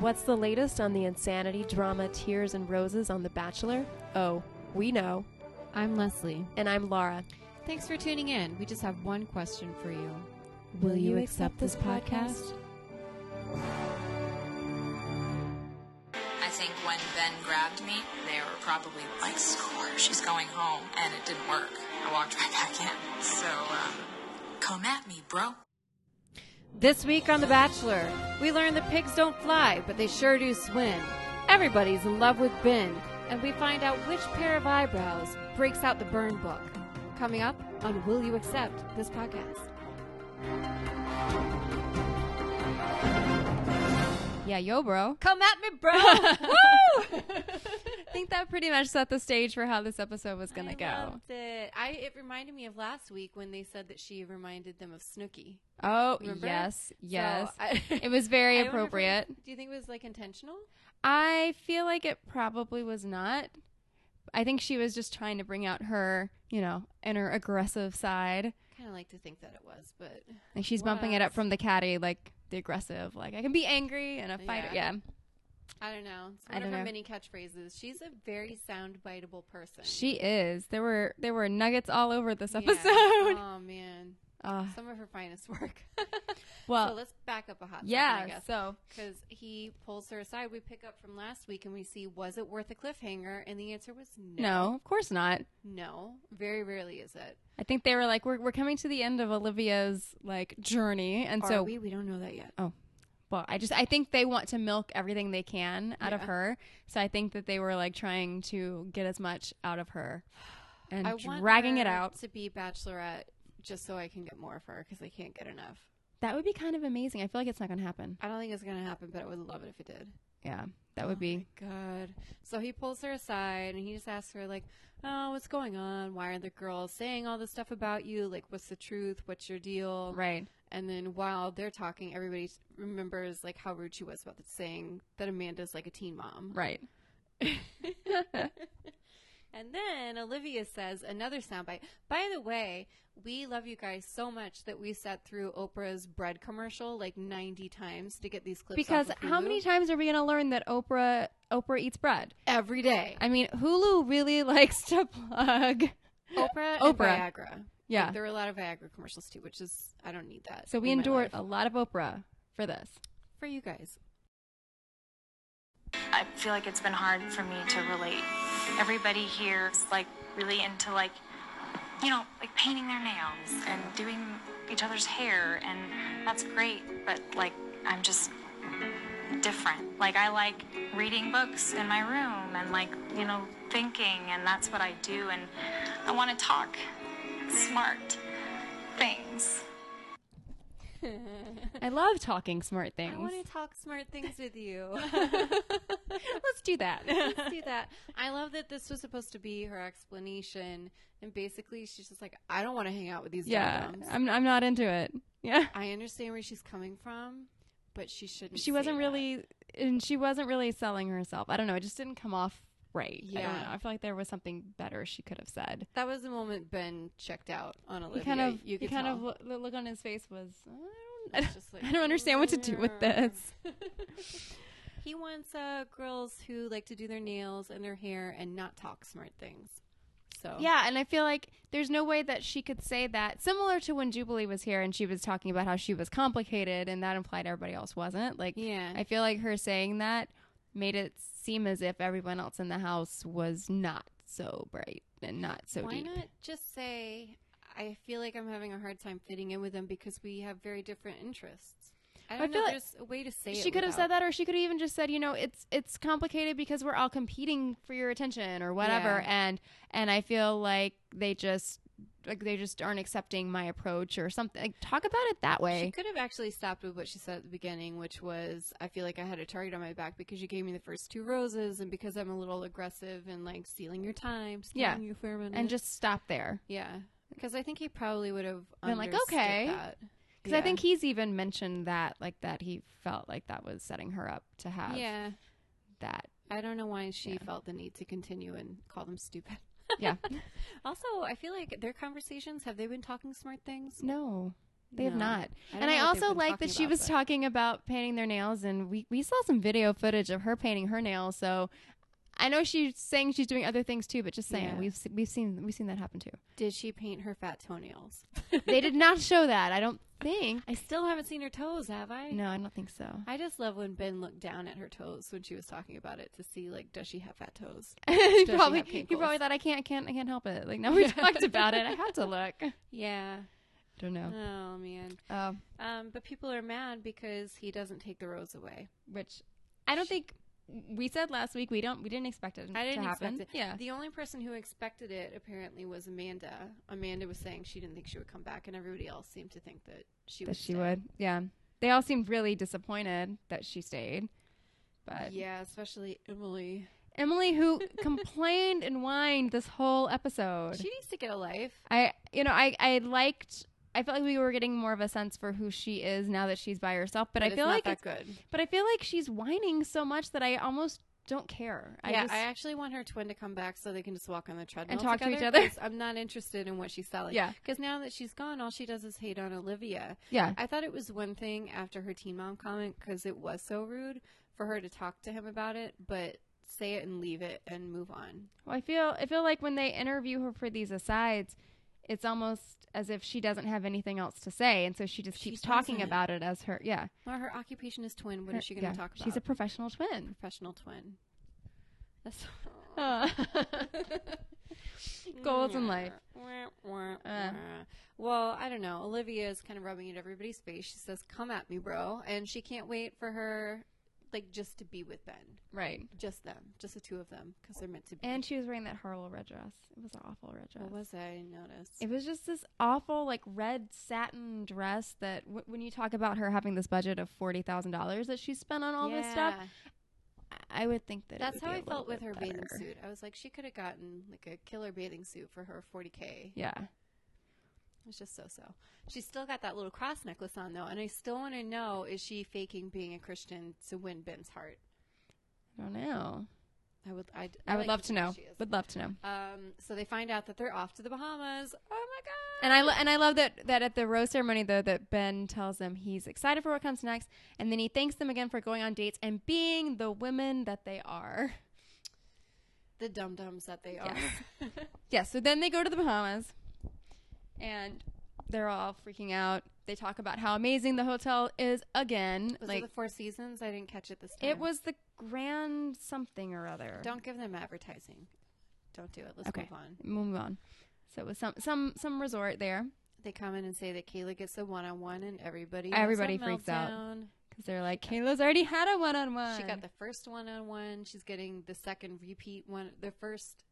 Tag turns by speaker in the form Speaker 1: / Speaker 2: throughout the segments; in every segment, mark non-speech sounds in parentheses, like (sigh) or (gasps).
Speaker 1: What's the latest on the insanity drama Tears and Roses on The Bachelor? Oh, we know.
Speaker 2: I'm Leslie.
Speaker 1: And I'm Laura.
Speaker 2: Thanks for tuning in. We just have one question for you.
Speaker 1: Will you accept this podcast?
Speaker 3: I think when Ben grabbed me, they were probably like, score, she's going home. And it didn't work. I walked right back in. So, um, come at me, bro.
Speaker 2: This week on The Bachelor, we learn that pigs don't fly, but they sure do swim. Everybody's in love with Ben, and we find out which pair of eyebrows breaks out the burn book. Coming up on Will You Accept This Podcast?
Speaker 1: Yeah, yo, bro.
Speaker 2: Come at me, bro! (laughs) Woo!
Speaker 1: I think that pretty much set the stage for how this episode was going to go.
Speaker 2: I loved it. I, it reminded me of last week when they said that she reminded them of Snooki.
Speaker 1: Oh,
Speaker 2: Remember?
Speaker 1: yes,
Speaker 2: So
Speaker 1: yes.
Speaker 2: I- (laughs)
Speaker 1: it was very
Speaker 2: I wonder if it-
Speaker 1: appropriate.
Speaker 2: do you think it was like intentional?
Speaker 1: I feel like it probably was not. I think she was just trying to bring out her, you know, inner aggressive side.
Speaker 2: Kind of like to think that it was, but
Speaker 1: Like she's bumping it up
Speaker 2: Was.
Speaker 1: from the catty, like the aggressive, like I can be angry and a fighter. Yeah.
Speaker 2: Yeah. I don't know. It's
Speaker 1: I
Speaker 2: one of
Speaker 1: don't
Speaker 2: her
Speaker 1: know.
Speaker 2: many catchphrases. She's a very sound biteable person.
Speaker 1: She is. There were there were nuggets all over this
Speaker 2: Yeah.
Speaker 1: episode.
Speaker 2: Oh man,
Speaker 1: (laughs) Ah,
Speaker 2: some of her finest work. (laughs) so
Speaker 1: well,
Speaker 2: let's back up a hot second, I
Speaker 1: yeah.
Speaker 2: guess,
Speaker 1: So
Speaker 2: because he pulls her aside. We pick up from last week and we see was it worth a cliffhanger? And the answer was no.
Speaker 1: no, of course not.
Speaker 2: No, very rarely is it.
Speaker 1: I think they were like, we're we're coming to the end of Olivia's like journey, and
Speaker 2: Are
Speaker 1: so
Speaker 2: we we don't know that yet.
Speaker 1: well, I just I think they want to milk everything they can out of
Speaker 2: Yeah.
Speaker 1: her. So I think that they were like trying to get as much out of her
Speaker 2: (sighs)
Speaker 1: and
Speaker 2: I want
Speaker 1: dragging it
Speaker 2: her
Speaker 1: out.
Speaker 2: to be bachelorette just so I can get more of her because I can't get enough.
Speaker 1: That would be kind of amazing. I feel like it's not going to happen.
Speaker 2: I don't think it's gonna happen, but I would love it if it did.
Speaker 1: Yeah, that would
Speaker 2: Oh
Speaker 1: be
Speaker 2: my God. So he pulls her aside and he just asks her, like, oh, what's going on? Why are the girls saying all this stuff about you? Like, what's the truth? What's your deal?
Speaker 1: right.
Speaker 2: And then while they're talking, everybody s- remembers, like, how rude she was about that saying that Amanda's like a teen mom.
Speaker 1: Right. (laughs)
Speaker 2: And then Olivia says another soundbite. By the way, we love you guys so much that we sat through Oprah's bread commercial like 90 times to get these clips.
Speaker 1: because
Speaker 2: off of
Speaker 1: how many
Speaker 2: Hulu.
Speaker 1: times are we going to learn that Oprah Oprah eats bread?
Speaker 2: every day?
Speaker 1: I mean, Hulu really (laughs) likes to plug.
Speaker 2: Oprah, and
Speaker 1: Oprah.
Speaker 2: Viagra.
Speaker 1: Yeah.
Speaker 2: Like, there were a lot of Viagra commercials too, which is I don't need that.
Speaker 1: So we
Speaker 2: in my
Speaker 1: endured
Speaker 2: life.
Speaker 1: a lot of Oprah for this.
Speaker 2: for you guys.
Speaker 4: I feel like it's been hard for me to relate. Everybody here is like really into like, you know, like painting their nails and doing each other's hair, and that's great. But like, I'm just different. Like, I like reading books in my room and like, you know, thinking, and that's what I do. And I want to talk smart things.
Speaker 1: I love talking smart
Speaker 2: I
Speaker 1: things. (laughs)
Speaker 2: want to talk smart things with you. (laughs)
Speaker 1: Let's do that.
Speaker 2: Let's do that. I love that this was supposed to be her explanation, and basically she's just like, I don't want to hang out with
Speaker 1: (laughs)
Speaker 2: these
Speaker 1: yeah,
Speaker 2: dumb
Speaker 1: I'm I'm not into it. Yeah.
Speaker 2: I understand where she's coming from, but she shouldn't.
Speaker 1: She
Speaker 2: say
Speaker 1: wasn't
Speaker 2: that.
Speaker 1: really and she wasn't really selling herself. I don't know, it just didn't come off right. I don't
Speaker 2: Yeah.
Speaker 1: know. I feel like there was something better she could have said.
Speaker 2: That was the moment Ben checked out on
Speaker 1: He
Speaker 2: Olivia.
Speaker 1: kind of he
Speaker 2: you could
Speaker 1: kind
Speaker 2: tell.
Speaker 1: of lo- the look on his face was I
Speaker 2: It's
Speaker 1: don't,
Speaker 2: just
Speaker 1: (laughs) I don't understand what to do with this.
Speaker 2: (laughs) he wants uh, girls who like to do their nails and their hair and not talk smart things. So
Speaker 1: Yeah, and I feel like there's no way that she could say that. Similar to when Jubilee was here and she was talking about how she was complicated and that implied everybody else wasn't. Like,
Speaker 2: Yeah.
Speaker 1: I feel like her saying that made it seem as if everyone else in the house was not so bright and not so
Speaker 2: Why
Speaker 1: deep.
Speaker 2: not just say I feel like I'm having a hard time fitting in with them because we have very different interests. I don't
Speaker 1: feel
Speaker 2: know.
Speaker 1: like
Speaker 2: there's a way to say
Speaker 1: She
Speaker 2: it
Speaker 1: could have said
Speaker 2: without-
Speaker 1: that, or she could have even just said, you know, it's it's complicated because we're all competing for your attention or whatever.
Speaker 2: Yeah.
Speaker 1: And and I feel like they just like they just aren't accepting my approach or something. Like, talk about it that way.
Speaker 2: She could have actually stopped with what she said at the beginning, which was, I feel like I had a target on my back because you gave me the first two roses and because I'm a little aggressive and like stealing your time, stealing
Speaker 1: Yeah.
Speaker 2: you for a minute.
Speaker 1: and just stop there.
Speaker 2: yeah. Because I think he probably would have
Speaker 1: Been like,
Speaker 2: understood
Speaker 1: okay.
Speaker 2: that.
Speaker 1: Because I
Speaker 2: Yeah.
Speaker 1: think he's even mentioned that, like that he felt like that was setting her up to have
Speaker 2: Yeah.
Speaker 1: that.
Speaker 2: I don't know why she
Speaker 1: Yeah.
Speaker 2: felt the need to continue and call them (laughs) stupid.
Speaker 1: Yeah. (laughs)
Speaker 2: Also, I feel like their conversations have they been talking smart things?
Speaker 1: no. They have
Speaker 2: No.
Speaker 1: not.
Speaker 2: I
Speaker 1: and
Speaker 2: don't
Speaker 1: I
Speaker 2: know what they've
Speaker 1: also
Speaker 2: been
Speaker 1: like
Speaker 2: talking
Speaker 1: that she
Speaker 2: about,
Speaker 1: was
Speaker 2: but-
Speaker 1: talking about painting their nails, and we, we saw some video footage of her painting her nails. So I know she's saying she's doing other things too, but just saying
Speaker 2: Yeah.
Speaker 1: we've se- we've seen we've seen that happen too.
Speaker 2: Did she paint her fat toenails? (laughs)
Speaker 1: they did not show that. I don't think.
Speaker 2: I still haven't seen her toes, have I?
Speaker 1: No, I don't think (laughs) so.
Speaker 2: I just love when Ben looked down at her toes when she was talking about it to see like does she have fat (laughs) toes?
Speaker 1: he
Speaker 2: Does she
Speaker 1: probably
Speaker 2: have
Speaker 1: he probably
Speaker 2: pimples?
Speaker 1: thought I can't I can't I can't help it. Like now (laughs) we talked about it, I had to look. I
Speaker 2: Yeah.
Speaker 1: (laughs) don't know.
Speaker 2: Oh man.
Speaker 1: Um,
Speaker 2: Um, but people are mad because he doesn't take the rose away.
Speaker 1: which I don't think we said last week. We don't we didn't expect it.
Speaker 2: I didn't
Speaker 1: to happen.
Speaker 2: expect it.
Speaker 1: Yeah.
Speaker 2: The only person who expected it apparently was Amanda. Amanda was saying she didn't think she would come back, and everybody else seemed to think that she
Speaker 1: that
Speaker 2: would.
Speaker 1: she
Speaker 2: stay.
Speaker 1: would. Yeah. They all seemed really disappointed that she stayed. But
Speaker 2: Yeah, especially Emily.
Speaker 1: Emily,
Speaker 2: (laughs)
Speaker 1: who complained and whined this whole episode,
Speaker 2: She needs to get a life.
Speaker 1: I, you know, I, I liked. I felt like we were getting more of a sense for who she is now that she's by herself. But,
Speaker 2: But
Speaker 1: I
Speaker 2: it's
Speaker 1: feel
Speaker 2: not
Speaker 1: like,
Speaker 2: that
Speaker 1: it's,
Speaker 2: good.
Speaker 1: but I feel like she's whining so much that I almost don't care. I
Speaker 2: yeah,
Speaker 1: just,
Speaker 2: I actually want her twin to come back so they can just walk on the treadmill
Speaker 1: talk to each
Speaker 2: together,
Speaker 1: other.
Speaker 2: 'cause I'm not interested in what she's selling.
Speaker 1: Yeah.
Speaker 2: because now that she's gone, all she does is hate on Olivia.
Speaker 1: yeah,
Speaker 2: I thought it was one thing after her teen mom comment because it was so rude for her to talk to him about it, but say it and leave it and move on.
Speaker 1: Well, I feel I feel like when they interview her for these asides, it's almost as if she doesn't have anything else to say, and so she just
Speaker 2: She
Speaker 1: keeps talking
Speaker 2: doesn't.
Speaker 1: about it as her yeah.
Speaker 2: Well, her occupation is twin. What is
Speaker 1: her-
Speaker 2: she going to
Speaker 1: yeah,
Speaker 2: talk about?
Speaker 1: She's a professional
Speaker 2: (laughs)
Speaker 1: twin.
Speaker 2: professional twin. That's (laughs) Mm-hmm.
Speaker 1: Goals in life.
Speaker 2: Wah, wah,
Speaker 1: Uh.
Speaker 2: wah. Well, I don't know. Olivia is kind of rubbing it in everybody's face. She says, "Come at me, bro," and she can't wait for her, like just to be with Ben,
Speaker 1: Right.
Speaker 2: just them, just the two of them, because they're meant to be.
Speaker 1: And she was wearing that horrible red dress. It was an awful red dress.
Speaker 2: what was that? I didn't notice.
Speaker 1: It was just this awful, like red satin dress that, w- when you talk about her having this budget of forty thousand dollars that she spent on all this stuff,
Speaker 2: Yeah.
Speaker 1: I- I would think that it
Speaker 2: That's
Speaker 1: would
Speaker 2: how
Speaker 1: be a
Speaker 2: I
Speaker 1: little
Speaker 2: felt with
Speaker 1: bit
Speaker 2: her bathing
Speaker 1: better.
Speaker 2: suit. I was like, she could have gotten like a killer bathing suit for her 40k.
Speaker 1: Yeah,
Speaker 2: It's just so so. She's still got that little cross necklace on though, and I still want to know is she faking being a Christian to win Ben's heart?
Speaker 1: I don't know.
Speaker 2: I would. I'd,
Speaker 1: I, would
Speaker 2: like
Speaker 1: love to
Speaker 2: think
Speaker 1: know.
Speaker 2: she is.
Speaker 1: Would love to know.
Speaker 2: um, so they find out that they're off to the Bahamas. Oh my god!
Speaker 1: And I lo- and I love that that at the rose ceremony though that Ben tells them he's excited for what comes next, and then he thanks them again for going on dates and being the women that they are.
Speaker 2: the dum dums that they (laughs) are.
Speaker 1: Yeah, so then they go to the Bahamas and they're all freaking out. They talk about how amazing the hotel is (laughs) again.
Speaker 2: Was
Speaker 1: like
Speaker 2: it the Four Seasons? I didn't catch it this time.
Speaker 1: it was the grand something or other.
Speaker 2: Don't give them advertising. Don't do it. Let's
Speaker 1: okay.
Speaker 2: move on.
Speaker 1: Move on. So it was some some some resort there
Speaker 2: They come in and say that Kayla gets the one on one, and everybody has a
Speaker 1: Everybody freaks out.
Speaker 2: meltdown.
Speaker 1: because they're like Kayla's already had a one on one.
Speaker 2: She got the first one on one. She's getting the second repeat one. The first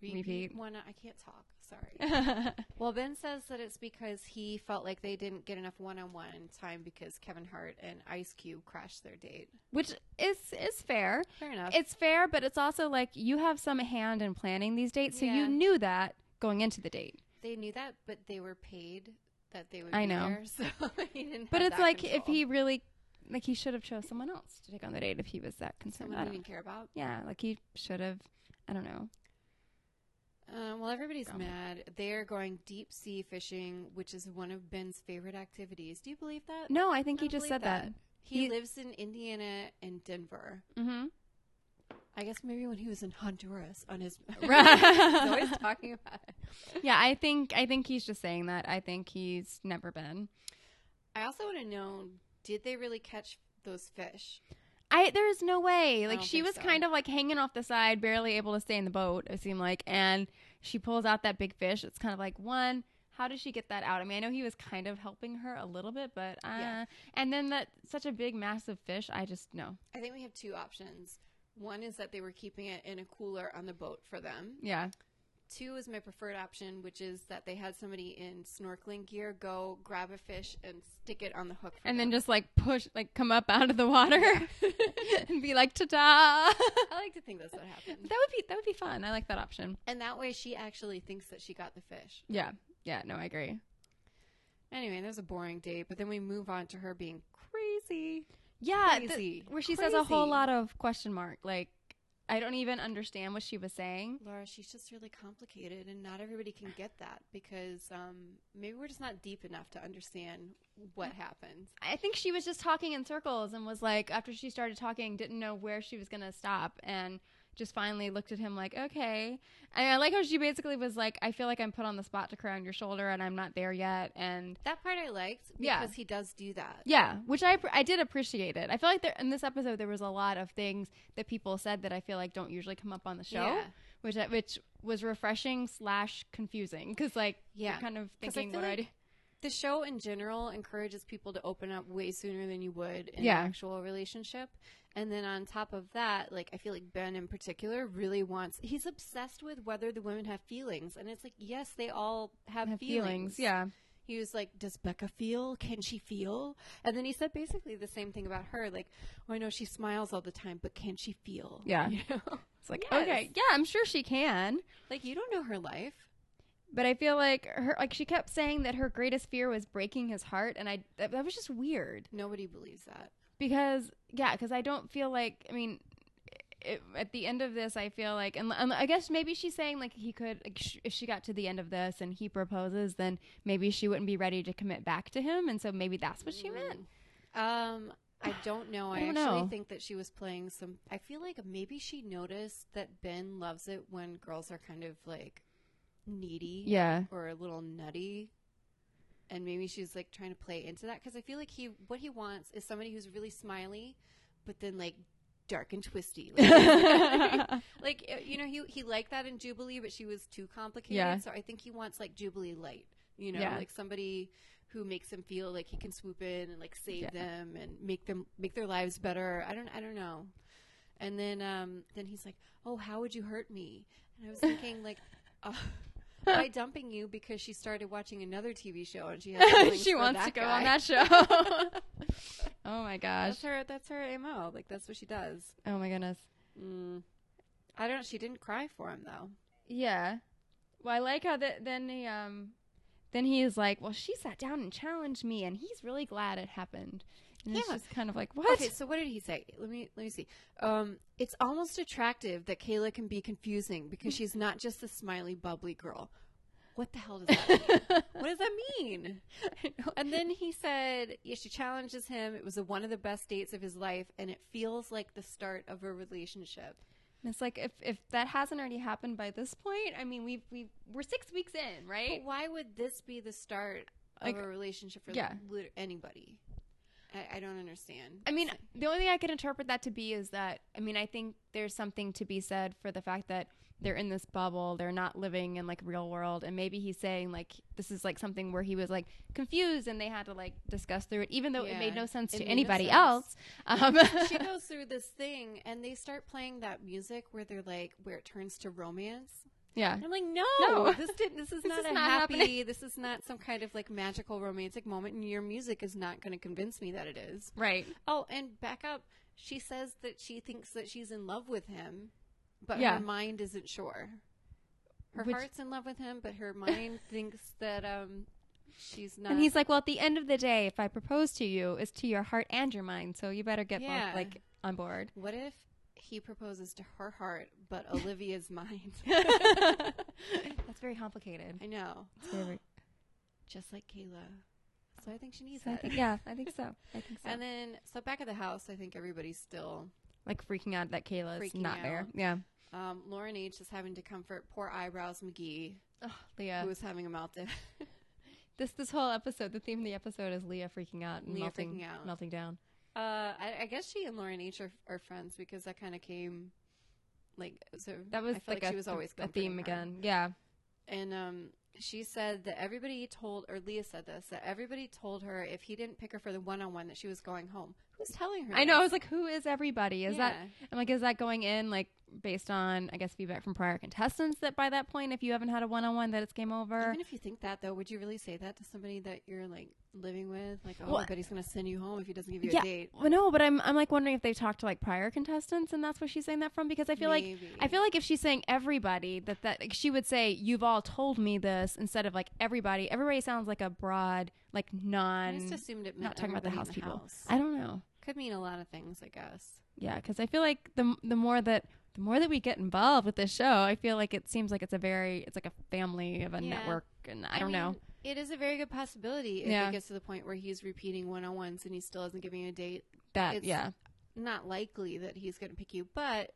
Speaker 2: repeat,
Speaker 1: Repeat.
Speaker 2: one. I can't talk. Sorry. (laughs)
Speaker 1: the.
Speaker 2: well, Ben says that it's because he felt like they didn't get enough one on one time because Kevin Hart and Ice Cube crashed their date.
Speaker 1: (laughs) Which is is fair.
Speaker 2: Fair enough.
Speaker 1: It's fair, but it's also like you have some hand in planning these dates, so
Speaker 2: Yeah.
Speaker 1: you knew that going into the date.
Speaker 2: they knew that, but they were paid that they would.
Speaker 1: I
Speaker 2: be
Speaker 1: know.
Speaker 2: there, (laughs) so he didn't.
Speaker 1: But
Speaker 2: have
Speaker 1: it's
Speaker 2: that
Speaker 1: like if
Speaker 2: control.
Speaker 1: he really, like he should have chose someone else to take on the date if he was that concerned.
Speaker 2: someone
Speaker 1: I
Speaker 2: he
Speaker 1: don't,
Speaker 2: didn't care about.
Speaker 1: yeah, like he should have. I don't know.
Speaker 2: Um, well, everybody's
Speaker 1: Dumb.
Speaker 2: mad. They're going deep sea fishing, which is one of Ben's favorite activities. Do you believe that?
Speaker 1: No, I think
Speaker 2: I
Speaker 1: he
Speaker 2: don't
Speaker 1: just said
Speaker 2: believe
Speaker 1: that.
Speaker 2: He,
Speaker 1: He-
Speaker 2: lives in Indiana and Denver.
Speaker 1: Mm-hmm.
Speaker 2: I guess maybe when he was in Honduras on (laughs) his
Speaker 1: Right.
Speaker 2: He's always talking about it.
Speaker 1: Yeah, I think I think he's just saying that. I think he's never been.
Speaker 2: I also want to know: Did they really catch those fish?
Speaker 1: I there is no way. Like
Speaker 2: don't
Speaker 1: she
Speaker 2: think
Speaker 1: was
Speaker 2: so.
Speaker 1: kind of like hanging off the side, barely able to stay in the boat. It seemed like, and she pulls out that big fish. It's kind of like one. How did she get that out? I mean, I know he was kind of helping her a little bit, but uh,
Speaker 2: Yeah.
Speaker 1: and then that such a big, massive fish. I just no.
Speaker 2: I think we have two options. One is that they were keeping it in a cooler on the boat for them.
Speaker 1: Yeah,
Speaker 2: Two is my preferred option, which is that they had somebody in snorkeling gear go grab a fish and stick it on the hook, for
Speaker 1: and then
Speaker 2: them.
Speaker 1: just like push, like come up out of the water (laughs) and be like, ta da.
Speaker 2: I like to think that's what happened.
Speaker 1: (laughs)
Speaker 2: (laughs)
Speaker 1: That would be that would be fun. I like that option.
Speaker 2: and that way, she actually thinks that she got the fish.
Speaker 1: Yeah, yeah. No, I agree.
Speaker 2: Anyway, there's a boring date, but then we move on to her being crazy.
Speaker 1: Yeah, th-
Speaker 2: Crazy.
Speaker 1: where she says a whole
Speaker 2: Crazy.
Speaker 1: lot of question mark. Like I don't even understand what she was saying.
Speaker 2: Laura, she's just really complicated, and not everybody can get that because um, maybe we're just not deep enough to understand what happens.
Speaker 1: I think she was just talking in circles and was like, after she started talking, didn't know where she was going to stop and just finally looked at him like, okay. And I like how she basically was like, I feel like I'm put on the spot to cry on your shoulder and I'm not there yet. And
Speaker 2: That part I liked because
Speaker 1: Yeah.
Speaker 2: he does do that.
Speaker 1: yeah, which I, I did appreciate it. I feel like there, in this episode, there was a lot of things that people said that I feel like don't usually come up on the show,
Speaker 2: Yeah.
Speaker 1: which, I- which was refreshing slash confusing. Cause like,
Speaker 2: Yeah.
Speaker 1: you're kind of
Speaker 2: 'Cause I
Speaker 1: thinking,
Speaker 2: feel
Speaker 1: what do I
Speaker 2: like
Speaker 1: do?
Speaker 2: The show in general encourages people to open up way sooner than you would in
Speaker 1: Yeah.
Speaker 2: an actual relationship. And then on top of that, like I feel like Ben in particular really wants he's obsessed with whether the women have feelings. And it's like, yes, they all have,
Speaker 1: Have feelings. Yeah.
Speaker 2: He was like, Does Becca feel? Can she feel? And then he said basically the same thing about her, like, Oh, I know she smiles all the time, but can she feel?
Speaker 1: Yeah.
Speaker 2: (laughs) You know?
Speaker 1: It's like,
Speaker 2: Yes.
Speaker 1: okay, yeah, I'm sure she can.
Speaker 2: Like you don't know her life.
Speaker 1: But I feel like her, like she kept saying that her greatest fear was breaking his heart, and I that, that was just weird
Speaker 2: Nobody believes that.
Speaker 1: because yeah, because I don't feel like I mean, it, at the end of this, I feel like and, and I guess maybe she's saying like he could like, sh- if she got to the end of this and he proposes, then maybe she wouldn't be ready to commit back to him, and so maybe that's what she
Speaker 2: Mm.
Speaker 1: meant.
Speaker 2: Um, I don't know. I,
Speaker 1: I don't
Speaker 2: actually
Speaker 1: know.
Speaker 2: think that she was playing some. I feel like maybe she noticed that Ben loves it when girls are kind of like needy,
Speaker 1: (laughs) Yeah.
Speaker 2: or a little nutty, and maybe she's like trying to play into that because I feel like he what he wants is somebody who's really smiley, but then like dark and twisty. Like, (laughs) like, uh, you know, he he liked that in Jubilee, but she was too complicated.
Speaker 1: Yeah.
Speaker 2: So I think he wants like Jubilee light. You know,
Speaker 1: Yeah.
Speaker 2: like somebody who makes him feel like he can swoop in and like save
Speaker 1: Yeah.
Speaker 2: them and make them make their lives better. I don't I don't know. And then um then he's like, "Oh, how would you hurt me?" And I was thinking like (laughs) uh, by dumping you because she started watching another TV show and she has
Speaker 1: (laughs)
Speaker 2: feelings
Speaker 1: she
Speaker 2: for
Speaker 1: wants
Speaker 2: that
Speaker 1: to go
Speaker 2: guy.
Speaker 1: on that show.
Speaker 2: (laughs)
Speaker 1: oh my gosh!
Speaker 2: That's her that's her MO. Like that's what she does.
Speaker 1: Oh my goodness!
Speaker 2: Mm. I don't she didn't cry for him though.
Speaker 1: Yeah. Well, I like how that then he um then he is like, well, she sat down and challenged me, and he's really glad it happened. And it's
Speaker 2: Yeah.
Speaker 1: just kind of like, what?
Speaker 2: Okay, so what did he say? Let me let me see. Um, it's almost attractive that Kayla can be confusing
Speaker 1: Mm.
Speaker 2: because she's not just a smiley, bubbly girl. What the
Speaker 1: (laughs)
Speaker 2: hell does that mean? what does that mean? And then he said, yeah, she challenges him. It was a, one of the best dates of his life, and it feels like the start of a relationship.
Speaker 1: And it's like if if that hasn't already happened by this point, I mean, we we we're six weeks in, right?
Speaker 2: But why would this be the start of
Speaker 1: Like,
Speaker 2: a relationship for
Speaker 1: yeah.
Speaker 2: lit- anybody? I, I don't understand.
Speaker 1: I mean, the only thing I could interpret that to be is that I mean, I think there's something to be said for the fact that they're in this bubble, they're not living in like real world, and maybe he's saying like this is like something where he was like confused and they had to like discuss through it, even though it
Speaker 2: Yeah,
Speaker 1: made no sense
Speaker 2: it
Speaker 1: to
Speaker 2: made no
Speaker 1: anybody
Speaker 2: sense.
Speaker 1: (laughs) else. Um, (laughs)
Speaker 2: she goes through this thing and they start playing that music where they're like where it turns to romance
Speaker 1: yeah,
Speaker 2: and i'm like no,
Speaker 1: No. (laughs)
Speaker 2: this did this is
Speaker 1: This
Speaker 2: not
Speaker 1: is
Speaker 2: a
Speaker 1: not
Speaker 2: happy
Speaker 1: happening.
Speaker 2: this is not some kind of like magical romantic moment and your music is not going to convince me that it is
Speaker 1: right.
Speaker 2: oh and back up she says that she thinks that she's in love with him but
Speaker 1: Yeah.
Speaker 2: her mind isn't sure her
Speaker 1: Which-
Speaker 2: heart's in love with him but
Speaker 1: (laughs)
Speaker 2: her mind thinks that um she's not
Speaker 1: And he's like, well, at the end of the day, if I propose to you, it's to your heart and your mind, so you better get both,
Speaker 2: Yeah.
Speaker 1: like on board.
Speaker 2: what if he proposes to her heart but
Speaker 1: (laughs)
Speaker 2: olivia's mind
Speaker 1: That's very complicated.
Speaker 2: i know
Speaker 1: (gasps) It's
Speaker 2: (gasps)
Speaker 1: very-
Speaker 2: just like Kayla. So I think she needs
Speaker 1: so I
Speaker 2: that. (laughs)
Speaker 1: think, yeah, I think so. I think so.
Speaker 2: And then, so back at the house, I think everybody's still.
Speaker 1: like freaking out that Kayla's
Speaker 2: Freaking
Speaker 1: not there.
Speaker 2: out.
Speaker 1: Yeah.
Speaker 2: Um, Lauren H is having to comfort poor eyebrows McGee,
Speaker 1: Oh, Leah.
Speaker 2: who was having a meltdown. (laughs)
Speaker 1: This this whole episode, the theme of the episode is Leah freaking out and
Speaker 2: Leah
Speaker 1: melting,
Speaker 2: freaking out.
Speaker 1: melting down.
Speaker 2: uh, I, I guess she and Lauren H are, are friends because that kind of came, like, so
Speaker 1: That was
Speaker 2: I felt
Speaker 1: like,
Speaker 2: like,
Speaker 1: a,
Speaker 2: she was always
Speaker 1: a
Speaker 2: comforting
Speaker 1: theme
Speaker 2: her.
Speaker 1: again. Yeah.
Speaker 2: And um, she said that everybody told, or Leah said this, that everybody told her if he didn't pick her for the one-on-one that she was going home. Who's telling her?
Speaker 1: I know. I
Speaker 2: this?
Speaker 1: was like, who is everybody? Is that
Speaker 2: Yeah.
Speaker 1: I'm like, is that going in like based on I guess feedback from prior contestants that by that point, if you haven't had a one on one, that it's game over.
Speaker 2: Even if you think that, though, would you really say that to somebody that you're like living with? Like, oh,
Speaker 1: Well-
Speaker 2: but he's gonna send you home if he doesn't give you a date.
Speaker 1: Well, no, but I'm I'm like wondering if they talked to like prior contestants and that's where she's saying that from because I feel
Speaker 2: Maybe.
Speaker 1: like I feel like if she's saying everybody that that like, she would say you've all told me this instead of like everybody. Everybody sounds like a broad like
Speaker 2: I
Speaker 1: non
Speaker 2: just assumed it meant
Speaker 1: not talking about the
Speaker 2: everybody in
Speaker 1: house people.
Speaker 2: house.
Speaker 1: I don't know.
Speaker 2: Could mean a lot of things, I guess.
Speaker 1: Yeah, because I feel like the the more that the more that we get involved with this show, I feel like it seems like it's a very it's like a family of a
Speaker 2: Yeah.
Speaker 1: network, and I, don't know.
Speaker 2: mean, It is a very good possibility if
Speaker 1: Yeah.
Speaker 2: it gets to the point where he's repeating one on ones and he still isn't giving a date.
Speaker 1: That
Speaker 2: it's-
Speaker 1: yeah,
Speaker 2: Not likely that he's going to pick you, but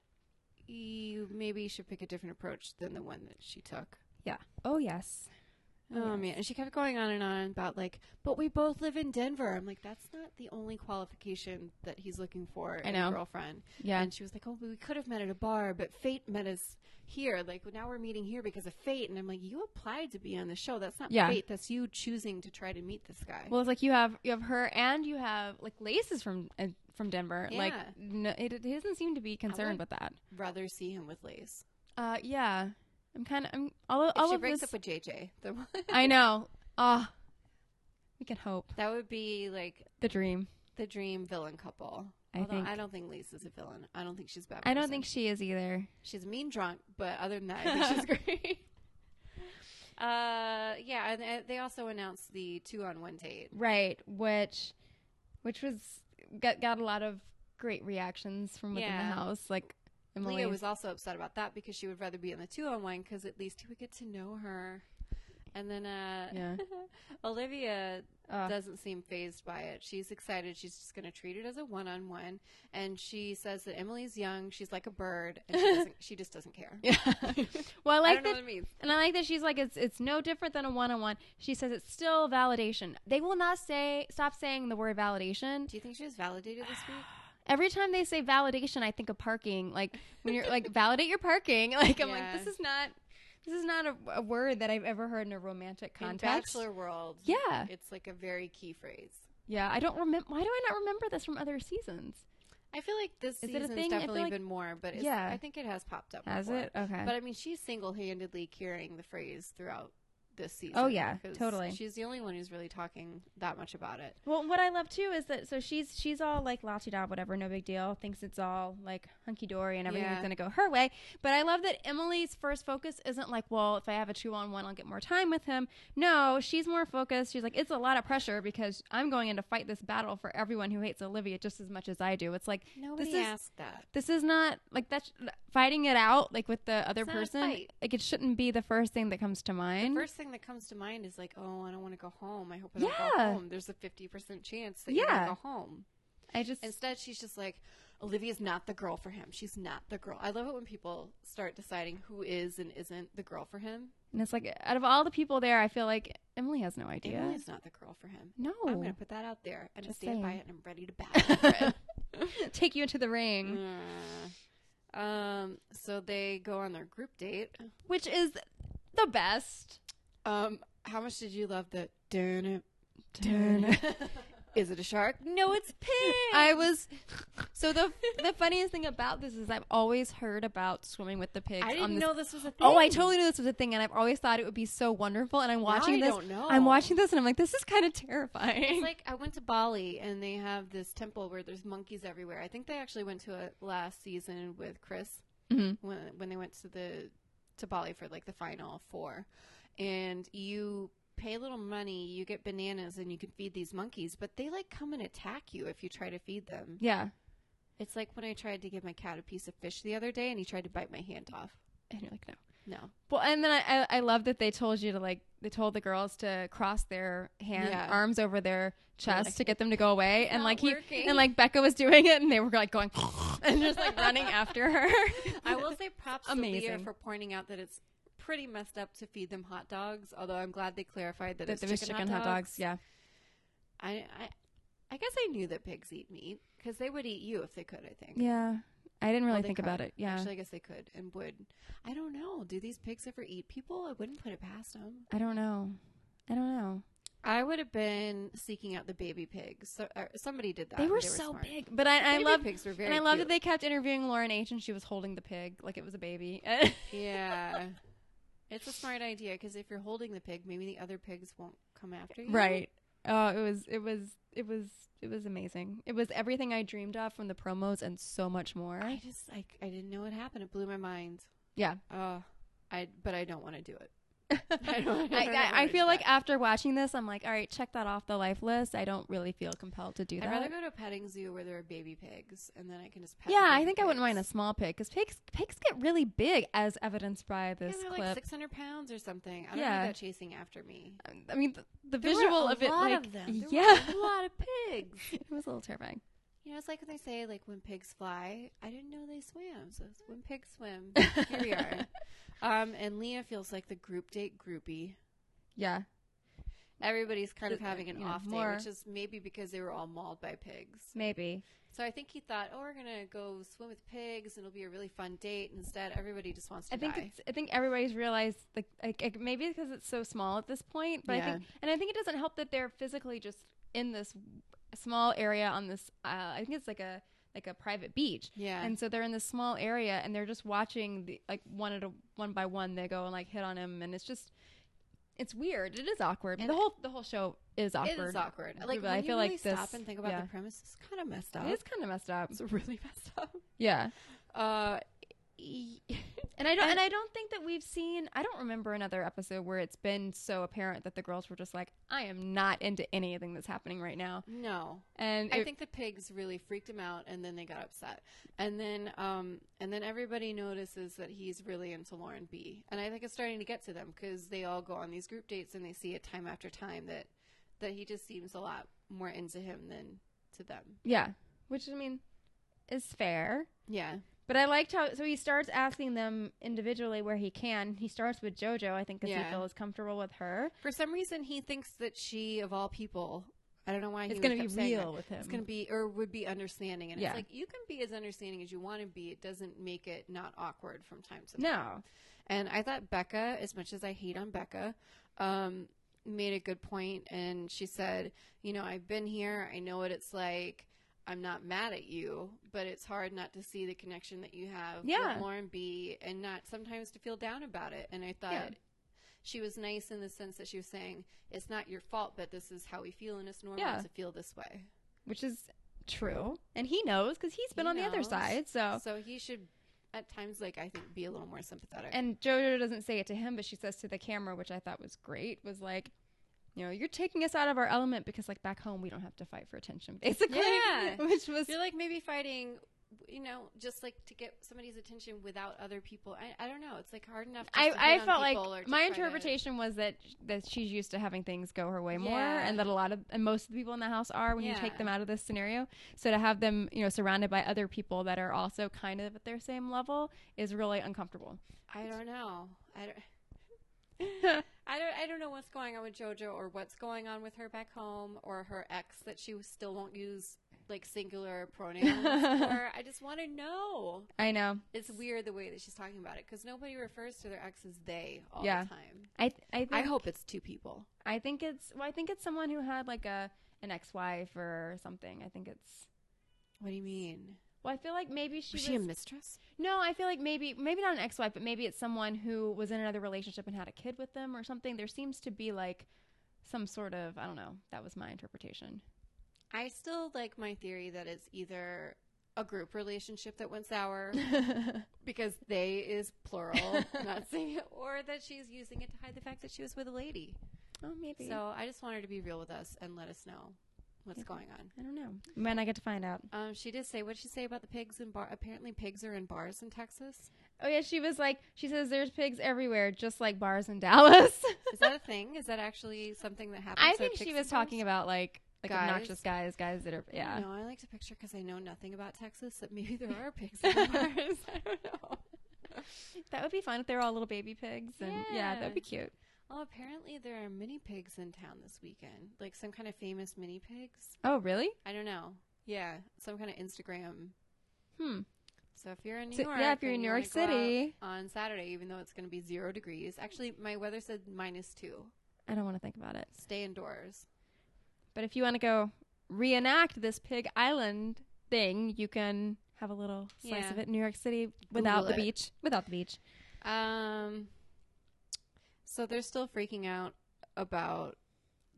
Speaker 2: you maybe should pick a different approach than the one that she took.
Speaker 1: yeah. Oh yes.
Speaker 2: Oh man, and she kept going on and on about like, but we both live in Denver. I'm like, that's not the only qualification that he's looking for in
Speaker 1: know.
Speaker 2: a girlfriend.
Speaker 1: Yeah.
Speaker 2: and she was like, oh, but we could have met at a bar, but fate met us here. Like now we're meeting here because of fate. And I'm like, you applied to be on the show. That's not
Speaker 1: Yeah.
Speaker 2: fate. That's you choosing to try to meet this guy.
Speaker 1: Well, it's like you have you have her and you have like laces from uh, from Denver. Like
Speaker 2: Yeah.
Speaker 1: no, it, it doesn't seem to be concerned with that.
Speaker 2: rather see him with Lace.
Speaker 1: Uh, yeah. I'm kind of I'm all,
Speaker 2: If
Speaker 1: all
Speaker 2: she
Speaker 1: of
Speaker 2: breaks
Speaker 1: this. (laughs)
Speaker 2: up with JJ, the one,
Speaker 1: I know. Ah, we can hope
Speaker 2: that would be like
Speaker 1: the dream.
Speaker 2: the dream villain couple.
Speaker 1: I
Speaker 2: Although
Speaker 1: think-
Speaker 2: I don't think Lace is a villain. I don't think she's a bad.
Speaker 1: I don't
Speaker 2: person.
Speaker 1: think she is either.
Speaker 2: She's a mean drunk, but other
Speaker 1: (laughs)
Speaker 2: than that, (laughs) I think she's great. Uh, yeah, and uh, they also announced the two on one date.
Speaker 1: Right, which which was got got a lot of great reactions from within
Speaker 2: Yeah.
Speaker 1: the house. Like Emily
Speaker 2: Leah was also upset about that because she would rather be on the two on one because at least he would get to know her. And then, uh,
Speaker 1: Yeah.
Speaker 2: (laughs) Olivia
Speaker 1: Ugh.
Speaker 2: doesn't seem phased by it. She's excited. She's just going to treat it as a one on one. And she says that Emily's young. She's like a bird, and she, doesn't, (laughs) she just doesn't care.
Speaker 1: (laughs) Yeah.
Speaker 2: (laughs)
Speaker 1: well, I
Speaker 2: I
Speaker 1: like
Speaker 2: don't know
Speaker 1: that,
Speaker 2: what it means.
Speaker 1: and I like that she's like it's it's no different than a one on one. She says it's still validation. They will not say stop saying the word validation.
Speaker 2: Do you think she was validated this week?
Speaker 1: Every time they say validation, I think of parking. Like when you're
Speaker 2: (laughs)
Speaker 1: like validate your parking. (laughs) Like I'm
Speaker 2: Yeah.
Speaker 1: like this is not this is not a, a word that I've ever heard in a romantic
Speaker 2: In
Speaker 1: context.
Speaker 2: Bachelor World,
Speaker 1: Yeah.
Speaker 2: it's like a very key phrase.
Speaker 1: yeah, I don't remember. Why do I not remember this from other seasons?
Speaker 2: I feel like this
Speaker 1: Is it a
Speaker 2: season's
Speaker 1: thing? I feel
Speaker 2: definitely
Speaker 1: like-
Speaker 2: been more, but it's,
Speaker 1: Yeah.
Speaker 2: I think it has popped up.
Speaker 1: Has
Speaker 2: before.
Speaker 1: it? Okay.
Speaker 2: But I mean, she's single-handedly carrying the phrase throughout this season.
Speaker 1: Oh, yeah,
Speaker 2: 'cause
Speaker 1: totally.
Speaker 2: She's the only one who's really talking that much about it.
Speaker 1: Well, what I love too is that so she's she's all like la ti da whatever, no big deal, thinks it's all like hunky dory and everything's
Speaker 2: Yeah.
Speaker 1: gonna go her way. But I love that Emily's first focus isn't like, well, if I have a two on one, I'll get more time with him. No, she's more focused. She's like, it's a lot of pressure because I'm going in to fight this battle for everyone who hates Olivia just as much as I do. It's like
Speaker 2: Nobody
Speaker 1: this is
Speaker 2: asked that.
Speaker 1: this is not like that's fighting it out like with the other
Speaker 2: It's not a
Speaker 1: person.
Speaker 2: fight.
Speaker 1: Like it shouldn't be the first thing that comes to mind.
Speaker 2: First thing that comes to mind is like, oh, I don't want to go home. I hope I don't go
Speaker 1: Yeah.
Speaker 2: home. There's a fifty percent chance that you're
Speaker 1: Yeah.
Speaker 2: gonna go home.
Speaker 1: I just
Speaker 2: Instead, she's just like, Olivia's not the girl for him. She's not the girl. I love it when people start deciding who is and isn't the girl for him.
Speaker 1: and it's like out of all the people there, I feel like Emily has no idea.
Speaker 2: Emily's not the girl for him.
Speaker 1: No.
Speaker 2: I'm gonna put that out there and
Speaker 1: Just
Speaker 2: stand by
Speaker 1: saying.
Speaker 2: it and I'm ready to battle (laughs) for it.
Speaker 1: Take you into the ring,
Speaker 2: Mm. Yeah. um so they go on their group date.
Speaker 1: which is the best.
Speaker 2: Um how much did you love the turn it (laughs) is it a shark? No, it's pig.
Speaker 1: I
Speaker 2: (laughs)
Speaker 1: was so the the funniest thing about this is I've always heard about swimming with the pigs.
Speaker 2: I
Speaker 1: on
Speaker 2: didn't
Speaker 1: this-
Speaker 2: know this was a thing.
Speaker 1: Oh, I totally knew this was a thing, and I've always thought it would be so wonderful. And I'm watching
Speaker 2: I
Speaker 1: this.
Speaker 2: don't know.
Speaker 1: I'm watching this, and I'm like, this is kind of terrifying.
Speaker 2: (laughs) It's like I went to Bali and they have this temple where there's monkeys everywhere. I think they actually went to it last season with Chris
Speaker 1: Mhm.
Speaker 2: when when they went to the to Bali for like the final four, and you pay a little money, you get bananas, and you can feed these monkeys. But they like come and attack you if you try to feed them.
Speaker 1: yeah,
Speaker 2: It's like when I tried to give my cat a piece of fish the other day, and he tried to bite my hand off.
Speaker 1: and you're like, no.
Speaker 2: (laughs) No,
Speaker 1: Well, and then I, I, I love that they told you to like they told the girls to cross their hand
Speaker 2: Yeah.
Speaker 1: arms over their chest to get them to go away, and
Speaker 2: not
Speaker 1: like he
Speaker 2: working.
Speaker 1: and like Becca was doing it, and they were like going and just like running after
Speaker 2: (laughs)
Speaker 1: her.
Speaker 2: I will say props to Leah
Speaker 1: Amazing.
Speaker 2: for pointing out that it's pretty messed up to feed them hot dogs. Although I'm glad they clarified that,
Speaker 1: that
Speaker 2: it's
Speaker 1: there was
Speaker 2: chicken, hot, dogs.
Speaker 1: Yeah,
Speaker 2: I, I, I guess I knew that pigs eat meat because they would eat you if they could. I think.
Speaker 1: yeah. I didn't
Speaker 2: Well,
Speaker 1: really
Speaker 2: they
Speaker 1: think about
Speaker 2: could.
Speaker 1: it. Yeah,
Speaker 2: Actually, I guess they could and would. I don't know. Do these pigs ever eat people? I wouldn't put it past them.
Speaker 1: I don't know. I don't know.
Speaker 2: I would have been seeking out the baby pigs. So uh, somebody did that.
Speaker 1: they were so
Speaker 2: smart. (laughs)
Speaker 1: big, but I, I
Speaker 2: Baby
Speaker 1: love
Speaker 2: pigs were very
Speaker 1: and I love
Speaker 2: cute.
Speaker 1: that they kept interviewing Lauren H. and she was holding the pig like it was a baby. (laughs) yeah,
Speaker 2: Yeah. It's a smart idea because if you're holding the pig, maybe the other pigs won't come after you.
Speaker 1: Right. Oh, it was it was it was it was amazing. It was everything I dreamed of from the promos and so much more.
Speaker 2: I just I, I didn't know what happened. It blew my mind.
Speaker 1: yeah.
Speaker 2: Oh, (laughs) I but I don't want to do it. I don't-
Speaker 1: (laughs)
Speaker 2: I
Speaker 1: I,
Speaker 2: don't
Speaker 1: I,
Speaker 2: know
Speaker 1: I
Speaker 2: which
Speaker 1: feel like
Speaker 2: that-
Speaker 1: after watching this, I'm like, all right, check that off the life list. I don't really feel compelled to do that.
Speaker 2: I'd rather go to a petting zoo where there are baby pigs, and then I can just pet. the
Speaker 1: yeah, I
Speaker 2: baby
Speaker 1: think I wouldn't mind a
Speaker 2: pigs.
Speaker 1: small pig because pigs pigs get really big, as evidenced by
Speaker 2: Yeah,
Speaker 1: this
Speaker 2: they're
Speaker 1: clip.
Speaker 2: like 600 pounds or something. I don't
Speaker 1: Yeah.
Speaker 2: need that chasing after me.
Speaker 1: I mean, the, the
Speaker 2: There were
Speaker 1: visual
Speaker 2: a
Speaker 1: of it,
Speaker 2: lot
Speaker 1: like,
Speaker 2: of them. There
Speaker 1: (laughs) yeah,
Speaker 2: were a lot of pigs.
Speaker 1: it was a little terrifying.
Speaker 2: (laughs) You know, it's like when they say like when pigs fly. I didn't know they swam, so it's when pigs swim. Here we (laughs) are. Um, and Leah feels like the group date groupie.
Speaker 1: Yeah,
Speaker 2: Everybody's kind of
Speaker 1: Uh,
Speaker 2: having an
Speaker 1: yeah,
Speaker 2: off day,
Speaker 1: more-
Speaker 2: which is maybe because they were all mauled by pigs.
Speaker 1: maybe.
Speaker 2: So I think he thought, oh, we're gonna go swim with pigs, and it'll be a really fun date. And instead, everybody just wants to
Speaker 1: I think
Speaker 2: die.
Speaker 1: it's, I think everybody's realized like, like, like, maybe because it's so small at this point, but I think and I think it doesn't help that they're physically just in this small area on this. Uh, I think it's like a like a private beach.
Speaker 2: Yeah.
Speaker 1: And so they're in this small area and they're just watching the like one at a one by one they go and like hit on him and it's just it's weird. It is awkward. the whole the whole show is awkward.
Speaker 2: It is awkward. Like
Speaker 1: but
Speaker 2: when
Speaker 1: I
Speaker 2: you
Speaker 1: feel
Speaker 2: really
Speaker 1: like this,
Speaker 2: stop and think about
Speaker 1: yeah.
Speaker 2: the premise. It's kind of messed up.
Speaker 1: It is kind of messed up.
Speaker 2: It's really (laughs) messed up.
Speaker 1: Yeah.
Speaker 2: Uh, e-
Speaker 1: And I don't and, I don't think that we've seen I don't remember another episode where it's been so apparent that the girls were just like, I am not into anything that's happening right now.
Speaker 2: no.
Speaker 1: And
Speaker 2: I
Speaker 1: it-
Speaker 2: think the pigs really freaked him out, and then they got upset, and then um, and then everybody notices that he's really into Lauren B, and I think it's starting to get to them because they all go on these group dates and they see it time after time that that he just seems a lot more into him than to them.
Speaker 1: Yeah. Which I mean is fair.
Speaker 2: Yeah,
Speaker 1: But I liked how so he starts asking them individually where he can. He starts with JoJo, I think, because
Speaker 2: Yeah.
Speaker 1: he feels comfortable with her.
Speaker 2: for some reason he thinks that she, of all people, I don't know why
Speaker 1: It's
Speaker 2: he
Speaker 1: gonna
Speaker 2: would
Speaker 1: be
Speaker 2: kept saying that.
Speaker 1: real with him.
Speaker 2: It's gonna be or would be understanding, and
Speaker 1: Yeah.
Speaker 2: it's like you can be as understanding as you want to be. It doesn't make it not awkward from time to time.
Speaker 1: No.
Speaker 2: And I thought Becca, as much as I hate on Becca, um, made a good point. And she said, You know, I've been here. I know what it's like. I'm not mad at you, but it's hard not to see the connection that you have
Speaker 1: Yeah.
Speaker 2: with Lauren B and not sometimes to feel down about it. And I thought
Speaker 1: Yeah.
Speaker 2: she was nice in the sense that she was saying, It's not your fault, but this is how we feel, and it's normal
Speaker 1: Yeah.
Speaker 2: to feel this way.
Speaker 1: Which is true. And he knows because he's been
Speaker 2: He
Speaker 1: on the other
Speaker 2: knows.
Speaker 1: side. So
Speaker 2: So he should, at times, like, I think, be a little more sympathetic.
Speaker 1: and JoJo doesn't say it to him, but she says to the camera, which I thought was great, was like, you know, you're taking us out of our element because like back home we don't have to fight for attention, (laughs) basically.
Speaker 2: Yeah.
Speaker 1: Which was
Speaker 2: feel like maybe fighting you know just like to get somebody's attention without other people i, I don't know it's like hard enough just to
Speaker 1: I,
Speaker 2: hit
Speaker 1: I
Speaker 2: on
Speaker 1: felt
Speaker 2: people or
Speaker 1: like
Speaker 2: to
Speaker 1: my
Speaker 2: try to-
Speaker 1: interpretation was that that she's used to having things go her way more,
Speaker 2: Yeah.
Speaker 1: and that a lot of and most of the people in the house are when you
Speaker 2: Yeah.
Speaker 1: take them out of this scenario. So to have them, you know, surrounded by other people that are also kind of at their same level is really uncomfortable.
Speaker 2: i don't know
Speaker 1: (laughs)
Speaker 2: i don't I don't, I don't know what's going on with JoJo or what's going on with her back home or her ex that she still won't use like singular
Speaker 1: (laughs)
Speaker 2: pronouns for. I just want to know.
Speaker 1: I know.
Speaker 2: It's weird the way that she's talking about it because nobody refers to their ex as they all
Speaker 1: Yeah.
Speaker 2: the time.
Speaker 1: I th- I think
Speaker 2: I hope it's two people.
Speaker 1: I think it's well, I think it's someone who had like a an ex wife or something. I think it's
Speaker 2: What do you mean?
Speaker 1: well, I feel like maybe she was,
Speaker 2: Was she a mistress?
Speaker 1: no, I feel like maybe maybe not an ex wife, but maybe it's someone who was in another relationship and had a kid with them or something. There seems to be like some sort of I don't know. That was my (laughs) interpretation.
Speaker 2: I still like my theory that it's either a group relationship that
Speaker 1: (laughs)
Speaker 2: went sour because they is plural, not singular, or that she's using it to hide the fact that she was with a lady.
Speaker 1: Oh, maybe. So
Speaker 2: So I just want her to be real with us and let us know what's going on.
Speaker 1: I don't know. When I get to find out.
Speaker 2: Um, she did say, what did she say about the pigs in bar? Apparently, pigs are in bars in Texas.
Speaker 1: Oh yeah, she was like she says there's pigs everywhere, just like bars in (laughs) Dallas.
Speaker 2: Is that a thing? Is that actually something that happens?
Speaker 1: I
Speaker 2: Are
Speaker 1: think
Speaker 2: pigs
Speaker 1: she
Speaker 2: in
Speaker 1: was
Speaker 2: bars?
Speaker 1: talking about like like
Speaker 2: Guys.
Speaker 1: obnoxious guys, guys that are yeah.
Speaker 2: No, I like to picture because I know nothing about Texas that
Speaker 1: (laughs)
Speaker 2: maybe there are pigs in bars. (laughs) I don't know.
Speaker 1: That would be fun if they were all little baby pigs. And yeah, that would be cute.
Speaker 2: Oh, apparently there are mini pigs in town this weekend. Like some kind of famous mini pigs.
Speaker 1: Oh, really?
Speaker 2: I don't know. Yeah, some kind of Instagram.
Speaker 1: Hmm.
Speaker 2: So if you're in New
Speaker 1: So-
Speaker 2: York,
Speaker 1: yeah, if you're
Speaker 2: and
Speaker 1: in
Speaker 2: you
Speaker 1: New York
Speaker 2: wanna go out
Speaker 1: City.
Speaker 2: on Saturday, even though it's going to be zero degrees. Actually, my weather said minus two.
Speaker 1: I don't want to think about it.
Speaker 2: Stay indoors.
Speaker 1: But if you want to go reenact this pig island thing, you can have a little slice
Speaker 2: Yeah.
Speaker 1: of it in New York City without
Speaker 2: Google
Speaker 1: the
Speaker 2: it.
Speaker 1: beach. Without the beach.
Speaker 2: Um. So they're still freaking out about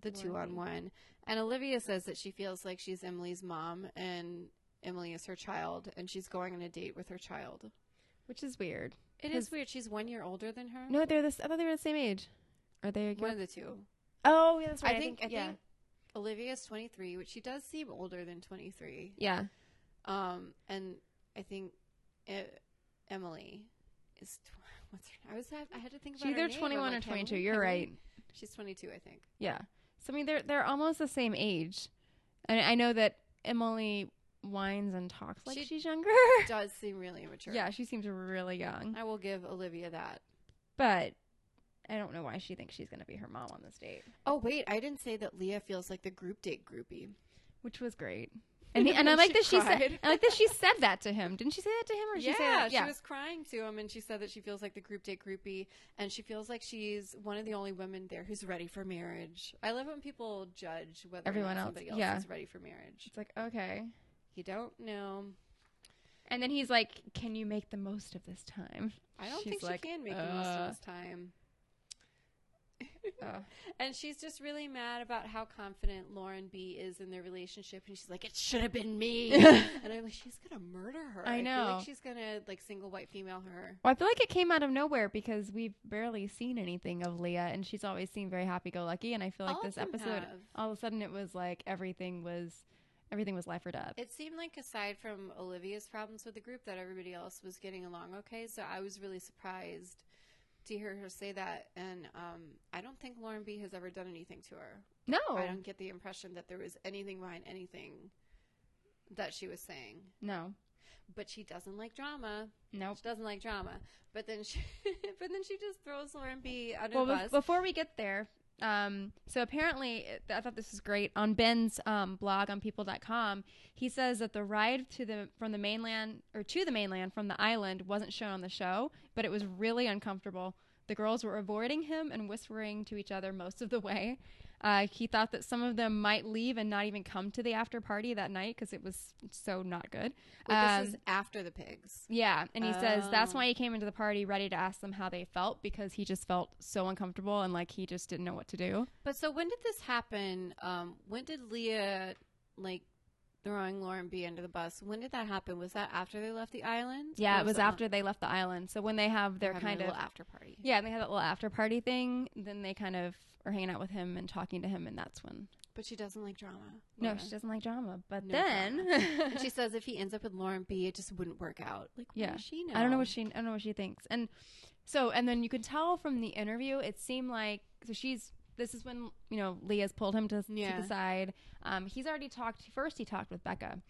Speaker 2: the two on one, and Olivia says that she feels like she's Emily's mom, and Emily is her child, and she's going on a date with her child.
Speaker 1: Which is weird.
Speaker 2: It is weird. She's one year older than her.
Speaker 1: No, they're this I thought they were the same age. Are they? A
Speaker 2: One
Speaker 1: girl?
Speaker 2: of the two.
Speaker 1: Oh, yeah, that's
Speaker 2: I
Speaker 1: right.
Speaker 2: think-
Speaker 1: I
Speaker 2: yeah.
Speaker 1: think
Speaker 2: Olivia's 23, which she does seem older than 23.
Speaker 1: yeah.
Speaker 2: Um, and I think e- Emily is tw- (laughs) what's her? I was have, I had to think about.
Speaker 1: She's
Speaker 2: her
Speaker 1: either
Speaker 2: name.
Speaker 1: 21
Speaker 2: I'm
Speaker 1: or
Speaker 2: like,
Speaker 1: 22.
Speaker 2: Emily?
Speaker 1: You're
Speaker 2: Emily?
Speaker 1: right.
Speaker 2: She's 22, I think.
Speaker 1: Yeah. So I mean, they're they're almost the same age, and I know that Emily whines and talks like
Speaker 2: She-
Speaker 1: she's younger. (laughs)
Speaker 2: Does seem really immature.
Speaker 1: Yeah, she seems really young,
Speaker 2: I will give Olivia that.
Speaker 1: but I don't know why she thinks she's gonna be her mom on this date,
Speaker 2: Oh wait, I didn't say that Leah feels like the group date groupie.
Speaker 1: which was great.
Speaker 2: (laughs)
Speaker 1: And, he- and I like
Speaker 2: She
Speaker 1: that she said
Speaker 2: cried.
Speaker 1: I like that she said that to him. Didn't she say that to him, or she say that?
Speaker 2: she was crying to him, and she said that she feels like the group date groupie, and she feels like she's one of the only women there who's ready for marriage. I love when people judge whether
Speaker 1: Everyone
Speaker 2: or not
Speaker 1: else,
Speaker 2: somebody else
Speaker 1: yeah.
Speaker 2: is ready for marriage.
Speaker 1: It's like okay.
Speaker 2: You don't know.
Speaker 1: And then he's like, "Can you make the most of this time?"
Speaker 2: I don't
Speaker 1: She's
Speaker 2: think she
Speaker 1: like,
Speaker 2: can make the most
Speaker 1: "Uh."
Speaker 2: of this time.
Speaker 1: Uh.
Speaker 2: And she's just really mad about how confident Lauren B is in their relationship, and she's like, "It should have
Speaker 1: (laughs)
Speaker 2: been me." and I'm like, "She's gonna murder her."
Speaker 1: I
Speaker 2: feel
Speaker 1: know.
Speaker 2: like she's gonna like single white female her.
Speaker 1: Well, I feel like it came out of nowhere because we've barely seen anything of Leah, and she's always seemed very happy-go-lucky. And I feel like
Speaker 2: All of
Speaker 1: this
Speaker 2: them
Speaker 1: episode,
Speaker 2: have.
Speaker 1: all of a sudden, it was like everything was, everything was life or death.
Speaker 2: It seemed like aside from Olivia's problems with the group, that everybody else was getting along okay. So I was really surprised to hear her say that, and um, I don't think Lauren B has ever done anything to her.
Speaker 1: no,
Speaker 2: I don't get the impression that there was anything behind anything that she was saying.
Speaker 1: no,
Speaker 2: But she doesn't like drama.
Speaker 1: nope.
Speaker 2: She doesn't like drama. But then she, (laughs) but then she just throws Lauren B under
Speaker 1: Well,
Speaker 2: the
Speaker 1: bef-
Speaker 2: bus.
Speaker 1: before we get there, um, so apparently, it- I thought this was great. On Ben's um, blog on people.com, he says that the ride to the from the mainland or to the mainland from the island wasn't shown on the show, but it was really uncomfortable. The girls were avoiding him and whispering to each other most of the way. Uh, he thought that some of them might leave and not even come to the after party that night because it was so not good.
Speaker 2: Wait,
Speaker 1: Um,
Speaker 2: this is after the pigs.
Speaker 1: yeah, and he says that's
Speaker 2: Oh.
Speaker 1: why he came into the party ready to ask them how they felt because he just felt so uncomfortable and like he just didn't know what to do.
Speaker 2: But so when did this happen? Um, when did Leah like throwing Lauren B under the bus? When did that happen? Was that after they left the island?
Speaker 1: Yeah,
Speaker 2: Or
Speaker 1: it was
Speaker 2: on-
Speaker 1: after they left the island. So when they have their
Speaker 2: having
Speaker 1: kind
Speaker 2: a
Speaker 1: of
Speaker 2: little after party.
Speaker 1: yeah, and they had that little after party thing. Then they kind of are hanging out with him and talking to him, and that's when
Speaker 2: But she doesn't like drama.
Speaker 1: no,
Speaker 2: Laura.
Speaker 1: she doesn't like drama. But
Speaker 2: No
Speaker 1: then (laughs)
Speaker 2: And she says if he ends up with Lauren B, it just wouldn't work out. Like, what
Speaker 1: Yeah.
Speaker 2: does she know?
Speaker 1: I don't know what she I don't know what she thinks. And so and then you could tell from the interview it seemed like so she's this is when you know Leah's pulled him to, to
Speaker 2: Yeah.
Speaker 1: the side. Um, he's already talked first he talked with Becca.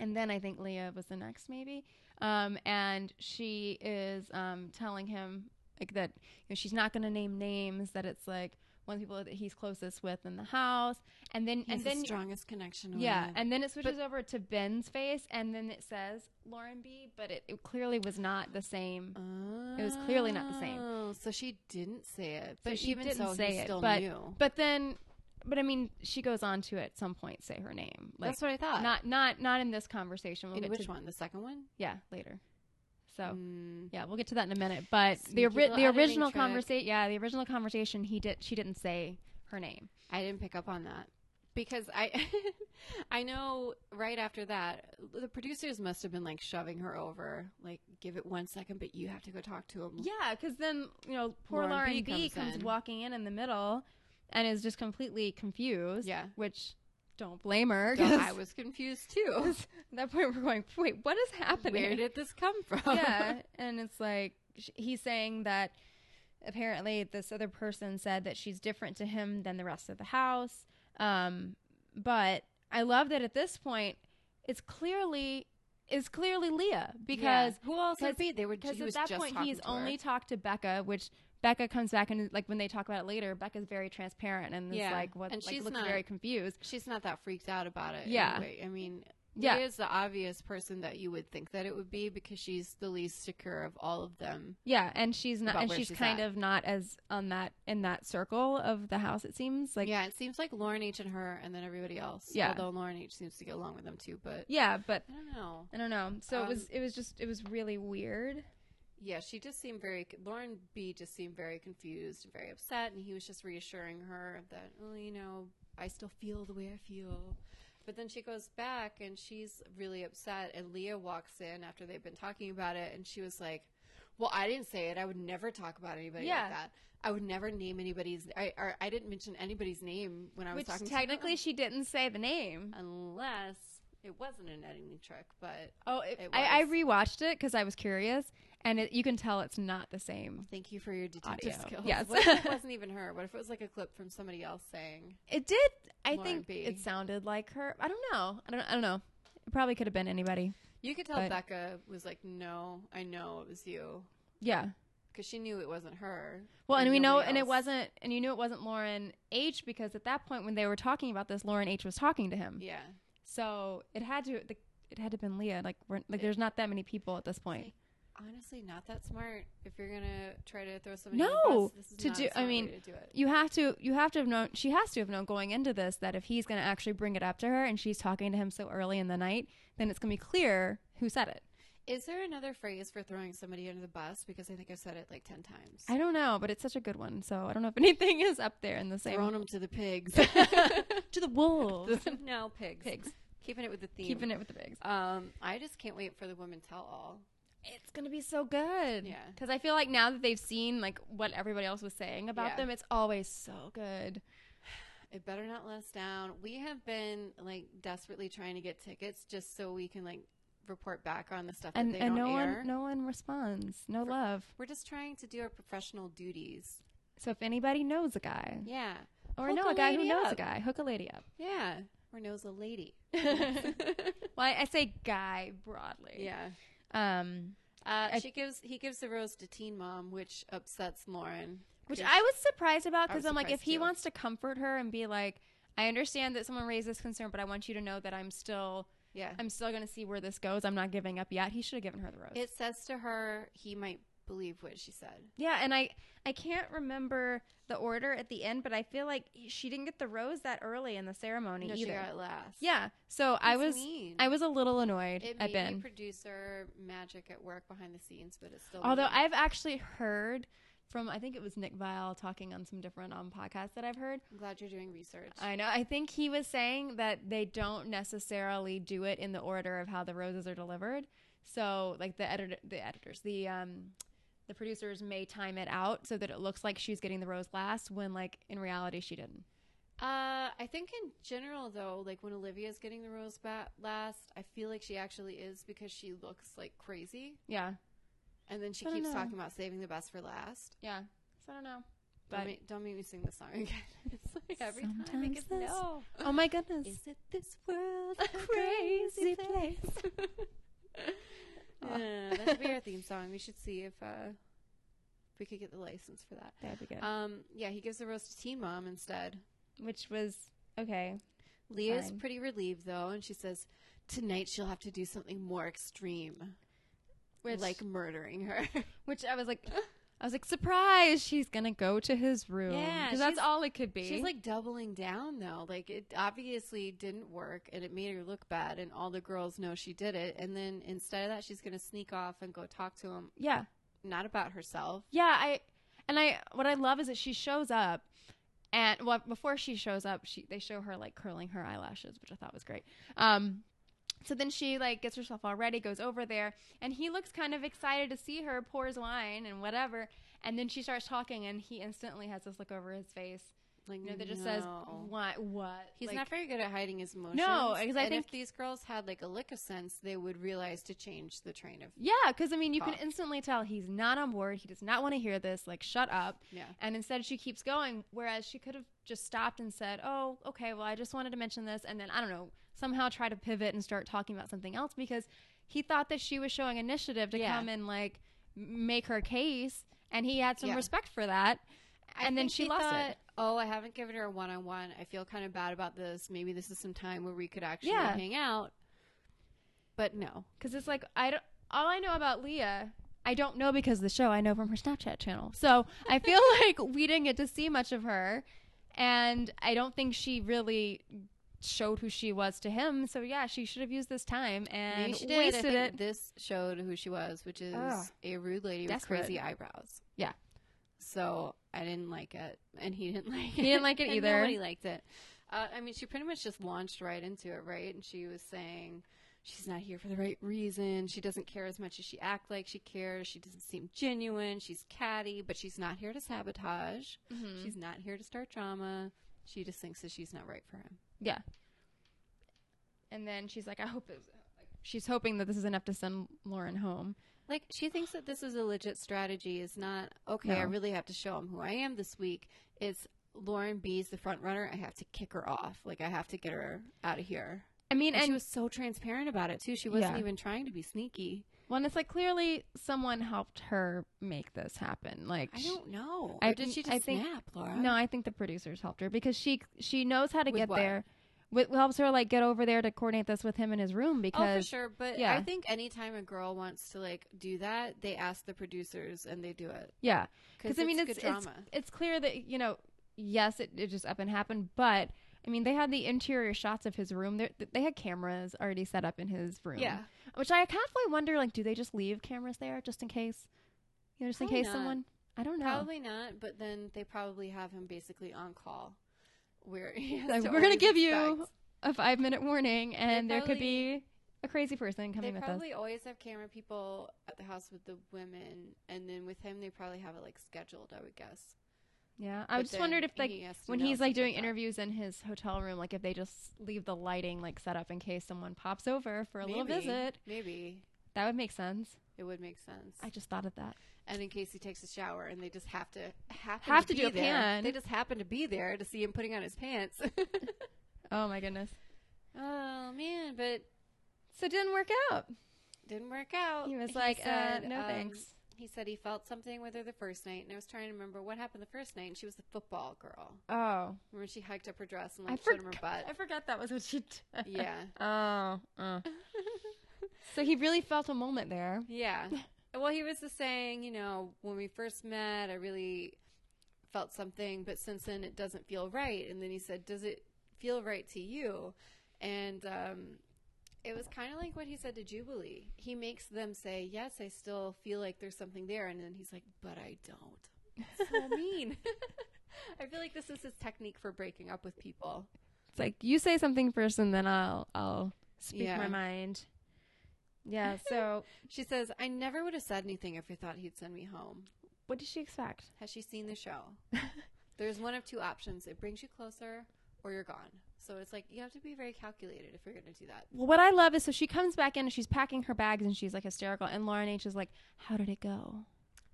Speaker 1: And then I think Leah was the next maybe. Um, and she is um, telling him like that you know, she's not going to name names that it's like one of the people that he's closest with in the house and then
Speaker 2: He has
Speaker 1: and then
Speaker 2: the strongest connection.
Speaker 1: yeah,
Speaker 2: Olivia.
Speaker 1: and then it switches over to Ben's face, and then it says Lauren B, but it, it clearly was not the same.
Speaker 2: Uh,
Speaker 1: It was clearly not the same.
Speaker 2: Oh, So she didn't say it,
Speaker 1: So
Speaker 2: but
Speaker 1: she
Speaker 2: even
Speaker 1: didn't
Speaker 2: so,
Speaker 1: say
Speaker 2: he
Speaker 1: it,
Speaker 2: still
Speaker 1: but
Speaker 2: knew.
Speaker 1: but then, but I mean, she goes on to at some point say her name. Like,
Speaker 2: That's what I thought.
Speaker 1: Not not not in this conversation. We'll
Speaker 2: in
Speaker 1: get
Speaker 2: which
Speaker 1: to, Oh.
Speaker 2: one? The second one?
Speaker 1: Yeah, later. So.
Speaker 2: Mm.
Speaker 1: Yeah, we'll get to that in a minute. But the
Speaker 2: Sneaky
Speaker 1: ori-
Speaker 2: little
Speaker 1: the
Speaker 2: editing
Speaker 1: original
Speaker 2: trick.
Speaker 1: conversation, yeah, the original conversation, he did she didn't say her name.
Speaker 2: I didn't pick up on that because I (laughs) I know right after that the producers must have been like shoving her over, like give it one second, but you have to go talk to him.
Speaker 1: Yeah, because then you know poor
Speaker 2: Lauren
Speaker 1: Lauren,
Speaker 2: B
Speaker 1: B comes,
Speaker 2: comes in.
Speaker 1: walking in in the middle, and is just completely confused.
Speaker 2: Yeah.
Speaker 1: which don't blame her.
Speaker 2: So
Speaker 1: 'cause
Speaker 2: I was confused too.
Speaker 1: (laughs) at that point we're going, wait, what is happening?
Speaker 2: Where did this come from?
Speaker 1: (laughs)
Speaker 2: (laughs)
Speaker 1: yeah, and it's like sh- he's saying that apparently this other person said that she's different to him than the rest of the house. Um, but I love that at this point, it's clearly it's clearly Leah because
Speaker 2: who else
Speaker 1: because-
Speaker 2: would be? They were
Speaker 1: because
Speaker 2: he
Speaker 1: at
Speaker 2: was
Speaker 1: that
Speaker 2: just
Speaker 1: point
Speaker 2: talking
Speaker 1: he's
Speaker 2: to her.
Speaker 1: only talked to Becca, which Becca comes back and like when they talk about it later, Becca's very transparent and
Speaker 2: Yeah.
Speaker 1: is like what
Speaker 2: And
Speaker 1: like,
Speaker 2: she's
Speaker 1: looks
Speaker 2: not-
Speaker 1: very confused.
Speaker 2: She's not that freaked out about it.
Speaker 1: Yeah.
Speaker 2: anyway. I mean,
Speaker 1: Yeah.
Speaker 2: yeah, is the obvious person that you would think that it would be because she's the least secure of all of them.
Speaker 1: Yeah, and she's not
Speaker 2: About
Speaker 1: and
Speaker 2: where
Speaker 1: she's,
Speaker 2: she's
Speaker 1: kind
Speaker 2: at.
Speaker 1: of not as on that in that circle of the house it seems. Like
Speaker 2: yeah, it seems like Lauren H and her, and then everybody else.
Speaker 1: Yeah.
Speaker 2: although Lauren H seems to get along with them too, but
Speaker 1: yeah, but
Speaker 2: I don't know.
Speaker 1: I don't know. So it
Speaker 2: Um,
Speaker 1: was it was just it was really weird.
Speaker 2: Yeah, she just seemed very. Lauren B just seemed very confused, and very upset, and he was just reassuring her that, oh, you know, I still feel the way I feel. But then she goes back and she's really upset, and Leah walks in after they've been talking about it, and she was like, Well, I didn't say it. I would never talk about anybody
Speaker 1: Yeah.
Speaker 2: like that. I would never name anybody's. I or I didn't mention anybody's name when I was
Speaker 1: Which
Speaker 2: talking. to
Speaker 1: technically
Speaker 2: someone. Uh,
Speaker 1: she didn't say the name.
Speaker 2: unless it wasn't an editing trick, but
Speaker 1: Oh, it,
Speaker 2: It
Speaker 1: I, I
Speaker 2: was.
Speaker 1: rewatched it because I was curious, and it, you can tell it's not the same.
Speaker 2: thank you for your detective
Speaker 1: Audio.
Speaker 2: skills.
Speaker 1: Yes.
Speaker 2: What (laughs) if it wasn't even her? What if it was like a clip from somebody else saying?
Speaker 1: It did. I
Speaker 2: Lauren
Speaker 1: think
Speaker 2: B.
Speaker 1: it sounded like her. I don't know. I don't. I don't know. It probably could have been anybody.
Speaker 2: You could tell
Speaker 1: But-
Speaker 2: Becca was like, "No, I know it was you,"
Speaker 1: Yeah.
Speaker 2: because she knew it wasn't her.
Speaker 1: Well, and we know,
Speaker 2: nobody
Speaker 1: and it
Speaker 2: else.
Speaker 1: wasn't, and you knew it wasn't Lauren H because at that point when they were talking about this, Lauren H was talking to him.
Speaker 2: Yeah.
Speaker 1: So it had to, the, it had to have been Leah. Like, we're, like there's not that many people at this point.
Speaker 2: Honestly, not that smart. If you're gonna try to throw somebody, under the
Speaker 1: No,
Speaker 2: bus, this is
Speaker 1: to
Speaker 2: not a
Speaker 1: do. I
Speaker 2: smart way
Speaker 1: mean,
Speaker 2: to do it.
Speaker 1: you have to, you have to have known. She has to have known going into this that if he's going to actually bring it up to her and she's talking to him so early in the night, then it's going to be clear who said it.
Speaker 2: Is there another phrase for throwing somebody under the bus? Because I think I've said it like ten times.
Speaker 1: I don't know, but it's such a good one. So I don't know if (laughs) anything is up there in the same.
Speaker 2: Thrown them to
Speaker 1: (laughs)
Speaker 2: the pigs. (laughs)
Speaker 1: to the wolves.
Speaker 2: no pigs.
Speaker 1: Pigs.
Speaker 2: Keeping it with the theme.
Speaker 1: Keeping it with the pigs.
Speaker 2: Um, I just can't wait for the women tell all.
Speaker 1: It's gonna be so good.
Speaker 2: Yeah.
Speaker 1: Because I feel like now that they've seen like what everybody else was saying about
Speaker 2: Yeah.
Speaker 1: them, it's always so good.
Speaker 2: It better not let us down. We have been like desperately trying to get tickets just so we can like report back on the stuff
Speaker 1: And
Speaker 2: that they
Speaker 1: and
Speaker 2: don't
Speaker 1: no
Speaker 2: air.
Speaker 1: one no one responds. No love.
Speaker 2: We're just trying to do our professional duties.
Speaker 1: So if anybody knows a guy
Speaker 2: Yeah.
Speaker 1: or
Speaker 2: Hook
Speaker 1: know
Speaker 2: a
Speaker 1: a guy who
Speaker 2: lady
Speaker 1: knows a
Speaker 2: up.
Speaker 1: guy, hook a lady up.
Speaker 2: Yeah. Or knows
Speaker 1: (laughs)
Speaker 2: a lady.
Speaker 1: Well, I, I say guy broadly.
Speaker 2: yeah.
Speaker 1: Um,
Speaker 2: Uh,
Speaker 1: I-
Speaker 2: she gives he gives the rose to Teen Mom, which upsets Lauren.
Speaker 1: which
Speaker 2: 'cause
Speaker 1: I was surprised about
Speaker 2: I
Speaker 1: because
Speaker 2: was
Speaker 1: I'm like, if
Speaker 2: surprised
Speaker 1: he
Speaker 2: too.
Speaker 1: wants to comfort her and be like, I understand that someone raised this concern, but I want you to know that I'm still
Speaker 2: yeah.
Speaker 1: I'm still gonna see where this goes. I'm not giving up yet. He should have given her the rose.
Speaker 2: It says to her he might believe what she said.
Speaker 1: Yeah, and I I can't remember the order at the end, but I feel like she didn't get the rose that early in the ceremony
Speaker 2: No,
Speaker 1: either.
Speaker 2: she got it last.
Speaker 1: yeah, so I
Speaker 2: That's
Speaker 1: was
Speaker 2: mean.
Speaker 1: I was a little annoyed
Speaker 2: It
Speaker 1: at
Speaker 2: may
Speaker 1: Ben.
Speaker 2: be producer magic at work behind the scenes, but it's still
Speaker 1: Although
Speaker 2: mean.
Speaker 1: I've actually heard from I think it was Nick Vile talking on some different um podcasts that I've heard.
Speaker 2: I'm glad you're doing research.
Speaker 1: I know I think he was saying that they don't necessarily do it in the order of how the roses are delivered. So like the editor the editors the um the producers may time it out so that it looks like she's getting the rose last when like in reality she didn't.
Speaker 2: Uh, I think in general, though, like when Olivia's getting the rose bat last, I feel like she actually is because she looks like crazy,
Speaker 1: Yeah.
Speaker 2: and then she
Speaker 1: I don't
Speaker 2: keeps
Speaker 1: know.
Speaker 2: talking about saving the best for last.
Speaker 1: Yeah. So I don't know.
Speaker 2: Don't
Speaker 1: But-
Speaker 2: make, don't make me sing the song again. (laughs) It's like every time I
Speaker 1: Sometimes
Speaker 2: guess
Speaker 1: this
Speaker 2: no.
Speaker 1: Oh my goodness.
Speaker 2: Is it this world a
Speaker 1: A (laughs) crazy
Speaker 2: crazy place?
Speaker 1: Aw.
Speaker 2: (laughs) Yeah, that should be our theme song. We should see if uh, if we could get the license for that.
Speaker 1: That'd be good.
Speaker 2: Um, yeah, he gives the rose to Teen Mom instead.
Speaker 1: Which was okay.
Speaker 2: Leah's
Speaker 1: Fine.
Speaker 2: pretty relieved though, and she says tonight she'll have to do something more extreme,
Speaker 1: Which
Speaker 2: like murdering (laughs) her.
Speaker 1: which I was like (gasps) I was like surprise she's gonna go to his room.
Speaker 2: Yeah,
Speaker 1: Because that's
Speaker 2: she's-
Speaker 1: all it could be.
Speaker 2: She's like doubling down though. Like it obviously didn't work, and it made her look bad, and all the girls know she did it. And then instead of that, she's gonna sneak off and go talk to him,
Speaker 1: Yeah.
Speaker 2: not about herself.
Speaker 1: Yeah, I and I what I love is that she shows up and well before she shows up, she they show her like curling her eyelashes, which I thought was great. Um so then she like gets herself all ready, goes over there, and he looks kind of excited to see her, pours wine and whatever, and then she starts talking and he instantly has this look over his face.
Speaker 2: Like
Speaker 1: You know, that just says
Speaker 2: no.
Speaker 1: what what
Speaker 2: He's
Speaker 1: Like,
Speaker 2: not very good at hiding his emotions.
Speaker 1: because I
Speaker 2: And
Speaker 1: think-
Speaker 2: if these girls had like a lick of sense, they would realize to change the train of
Speaker 1: Yeah, because I mean, you can
Speaker 2: Talk.
Speaker 1: instantly tell he's not on board. He does not want to hear this. Like, shut up.
Speaker 2: Yeah.
Speaker 1: And instead, she keeps going. Whereas she could have just stopped and said, "Oh, okay. Well, I just wanted to mention this," and then I don't know, somehow try to pivot and start talking about something else because he thought that she was showing initiative to
Speaker 2: Yeah.
Speaker 1: come and like m- make her case, and he had some
Speaker 2: Yeah.
Speaker 1: respect for that.
Speaker 2: I
Speaker 1: and then
Speaker 2: think
Speaker 1: she
Speaker 2: he
Speaker 1: lost
Speaker 2: thought,
Speaker 1: it.
Speaker 2: Oh, I haven't given her a one on one. I feel kind of bad about this. Maybe this is some time where we could actually
Speaker 1: Yeah.
Speaker 2: hang out. But no.
Speaker 1: Because it's like I don't. All I know about Leah, I don't know because of the show. I know from her Snapchat channel. So I feel (laughs) like we didn't get to see much of her, and I don't think she really showed who she was to him. So yeah, she should have used this time and
Speaker 2: Maybe she did. I
Speaker 1: wasted
Speaker 2: think
Speaker 1: it.
Speaker 2: This showed who she was, which is
Speaker 1: Ugh.
Speaker 2: a rude lady
Speaker 1: Desperate.
Speaker 2: with crazy eyebrows.
Speaker 1: Yeah.
Speaker 2: So I didn't like it, and he didn't (laughs) like it.
Speaker 1: He didn't like it
Speaker 2: And
Speaker 1: either.
Speaker 2: Nobody liked it. Uh, I mean, she pretty much just launched right into it, right? And she was saying, she's not here for the right reason. She doesn't care as much as she act like she cares. She doesn't seem genuine. She's catty, but she's not here to sabotage.
Speaker 1: Mm-hmm.
Speaker 2: She's not here to start drama. She just thinks that she's not right for him.
Speaker 1: Yeah. And then she's like, I hope it was, like, she's hoping that this is enough to send Lauren home.
Speaker 2: Like she thinks that this is a legit strategy. It's not okay. I
Speaker 1: No.
Speaker 2: really have to show him who I am this week. It's Lauren B's the front runner. I have to kick her off. Like I have to get her out of here.
Speaker 1: I mean,
Speaker 2: And,
Speaker 1: and,
Speaker 2: she was so transparent about it too. She wasn't
Speaker 1: Yeah.
Speaker 2: even trying to be sneaky.
Speaker 1: well, and it's like clearly someone helped her make this happen. Like,
Speaker 2: I
Speaker 1: sh-
Speaker 2: don't know.
Speaker 1: I
Speaker 2: or did
Speaker 1: think-
Speaker 2: she just
Speaker 1: I think-
Speaker 2: snap, Laura? Oh,
Speaker 1: no, I think the producers helped her because she she knows how to
Speaker 2: With
Speaker 1: get
Speaker 2: what?
Speaker 1: there. What helps her like get over there to coordinate this with him in his room
Speaker 2: Oh, for
Speaker 1: because
Speaker 2: sure. But I
Speaker 1: yeah.
Speaker 2: think anytime a girl wants to like do that, they ask the producers and they do it.
Speaker 1: yeah,
Speaker 2: 'Cause
Speaker 1: because I mean
Speaker 2: it's
Speaker 1: it's
Speaker 2: good
Speaker 1: it's,
Speaker 2: drama.
Speaker 1: it's clear that you know yes it, it just up and happened, but I mean they had the interior shots of his room. They they had cameras already set up in his room.
Speaker 2: Yeah.
Speaker 1: which I halfway wonder like do they just leave cameras there just in case, you know, just
Speaker 2: Probably
Speaker 1: in case
Speaker 2: not.
Speaker 1: someone I don't know.
Speaker 2: Probably not. But then they probably have him basically on call. Where he has
Speaker 1: Like,
Speaker 2: to
Speaker 1: we're gonna
Speaker 2: always
Speaker 1: give you
Speaker 2: inspect.
Speaker 1: a five minute warning, and there could
Speaker 2: probably-
Speaker 1: be a crazy person
Speaker 2: They
Speaker 1: coming with us.
Speaker 2: probably always have camera people at the house with the women, and then with him, they probably have it like scheduled. I would guess.
Speaker 1: Yeah, I
Speaker 2: but
Speaker 1: just wondered
Speaker 2: then
Speaker 1: if like
Speaker 2: he has to
Speaker 1: when
Speaker 2: know
Speaker 1: he's like
Speaker 2: stuff like
Speaker 1: doing
Speaker 2: that.
Speaker 1: interviews in his hotel room, like if they just leave the lighting like set up in case someone pops over for a little
Speaker 2: Maybe.
Speaker 1: visit,
Speaker 2: Maybe
Speaker 1: that would make sense.
Speaker 2: it would make sense.
Speaker 1: I just thought of that.
Speaker 2: and in case he takes a shower, and they just have to happen
Speaker 1: Have to
Speaker 2: be
Speaker 1: do a
Speaker 2: there.
Speaker 1: pan.
Speaker 2: They just happen to be there to see him putting on
Speaker 1: (laughs)
Speaker 2: his pants. (laughs)
Speaker 1: Oh my goodness!
Speaker 2: oh man, but
Speaker 1: So it didn't work out.
Speaker 2: didn't work out.
Speaker 1: He was like, uh, "No,
Speaker 2: um,
Speaker 1: thanks."
Speaker 2: He said he felt something with her the first night, and I was trying to remember what happened the first night. And she was the football girl.
Speaker 1: Oh,
Speaker 2: Remember, she hiked up her dress and
Speaker 1: I
Speaker 2: like showed him her
Speaker 1: forgot. I
Speaker 2: butt.
Speaker 1: forgot that was what she did.
Speaker 2: yeah,
Speaker 1: (laughs) Oh. uh. so he really felt a moment
Speaker 2: (laughs)
Speaker 1: there.
Speaker 2: Yeah. Well, he was just saying, you know, when we first met, I really felt something, but since then it doesn't feel right. And then he said, Does it feel right to you? And um, it was kind of like what he said to Jubilee. He makes them say, Yes, I still feel like there's something there. And then he's like, But I don't. It's so mean. I feel like this is his technique for breaking up with people.
Speaker 1: (laughs) It's like you say something first, and then I'll I'll speak
Speaker 2: Yeah.
Speaker 1: my mind. Yeah.
Speaker 2: (laughs)
Speaker 1: So
Speaker 2: She says, I never would have said anything if I thought he'd send me home.
Speaker 1: what did she expect?
Speaker 2: Has she seen the show?
Speaker 1: (laughs)
Speaker 2: There's one of two options. It brings you closer or you're gone. So it's like you have to be very calculated if you're going to do that.
Speaker 1: Well, what I love is so she comes back in and she's packing her bags and she's like hysterical, and Lauren H is like, "How did it go?"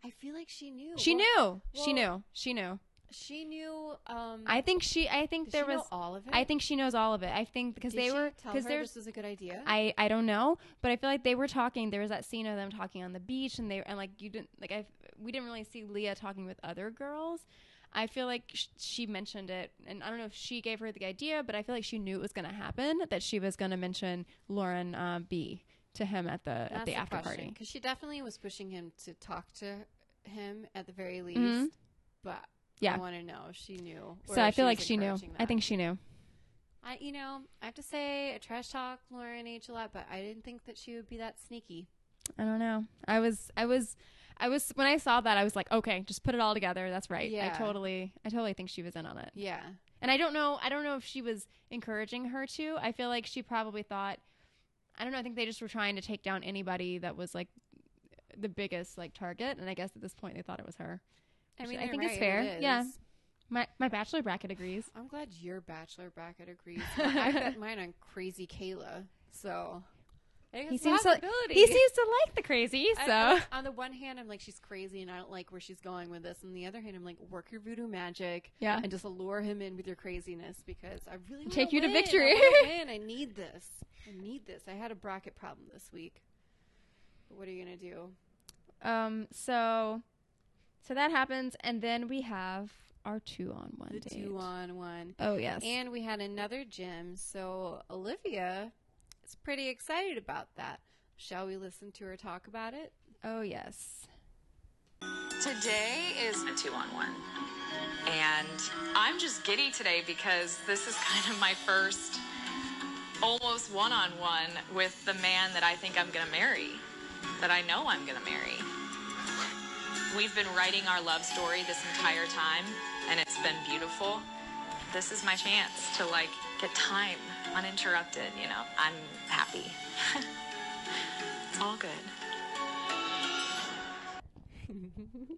Speaker 2: I feel like she knew.
Speaker 1: She
Speaker 2: Well,
Speaker 1: knew.
Speaker 2: well-
Speaker 1: she knew. She knew.
Speaker 2: She knew um
Speaker 1: I think she. I think
Speaker 2: did
Speaker 1: there
Speaker 2: she know
Speaker 1: was.
Speaker 2: all of it.
Speaker 1: I think she knows all of it. I think because
Speaker 2: Did
Speaker 1: they
Speaker 2: she
Speaker 1: were
Speaker 2: tell
Speaker 1: because
Speaker 2: her
Speaker 1: there's.
Speaker 2: this was a good idea.
Speaker 1: I, I don't know, but I feel like they were talking. There was that scene of them talking on the beach, and they and like you didn't like I we didn't really see Leah talking with other girls. I feel like sh- she mentioned it, and I don't know if she gave her the idea, but I feel like she knew it was going to happen that she was going to mention Lauren uh, B to him at the at the, after party.
Speaker 2: because she definitely was pushing him to talk to him at the very least. But
Speaker 1: Mm-hmm. Yeah.
Speaker 2: I want to know if she knew. or
Speaker 1: So I
Speaker 2: if
Speaker 1: feel
Speaker 2: was
Speaker 1: like she knew.
Speaker 2: encouraging
Speaker 1: I
Speaker 2: that.
Speaker 1: think she knew.
Speaker 2: I, you know, I have to say I trash talk Lauren H a lot, but I didn't think that she would be that sneaky.
Speaker 1: I don't know. I was I was I was when I saw that I was like, okay, just put it all together. That's right.
Speaker 2: Yeah.
Speaker 1: I totally I totally think she was in on it.
Speaker 2: Yeah,
Speaker 1: And I don't know. I don't know if she was encouraging her to. I feel like she probably thought. I don't know. I think they just were trying to take down anybody that was like the biggest like target. And I guess at this point they thought it was her.
Speaker 2: I
Speaker 1: Which
Speaker 2: mean,
Speaker 1: I
Speaker 2: you're
Speaker 1: think it's
Speaker 2: right,
Speaker 1: fair.
Speaker 2: it
Speaker 1: Yeah.
Speaker 2: is.
Speaker 1: My my bachelor bracket agrees.
Speaker 2: I'm glad your bachelor bracket (laughs) agrees. I bet mine on crazy Kayla. So
Speaker 1: He seems to he
Speaker 2: (laughs)
Speaker 1: seems to like the crazy. So
Speaker 2: on the one hand, I'm like she's crazy, and I don't like where she's going with this. On the other hand, I'm like work your voodoo magic,
Speaker 1: Yeah.
Speaker 2: and just lure him in with your craziness because I really wanna
Speaker 1: Take you to
Speaker 2: win. I
Speaker 1: victory. (laughs)
Speaker 2: wanna win. I need this. I need this. I had a bracket problem this week. But what are you gonna do?
Speaker 1: um so so that happens, and then we have our two on one
Speaker 2: The
Speaker 1: date.
Speaker 2: two on one.
Speaker 1: Oh yes.
Speaker 2: And we had another gym, so Olivia is pretty excited about that. Shall we listen to her talk about it?
Speaker 1: oh
Speaker 2: (laughs)
Speaker 1: yes.
Speaker 3: Today is a two on one. And I'm just giddy today because this is (laughs) kind of my first almost one on one with the man that I think I'm going to marry, that I know I'm going to marry. We've been writing our love story this entire time, and it's been beautiful. This is my chance to like
Speaker 4: get time uninterrupted, you know, I'm happy. it's all good.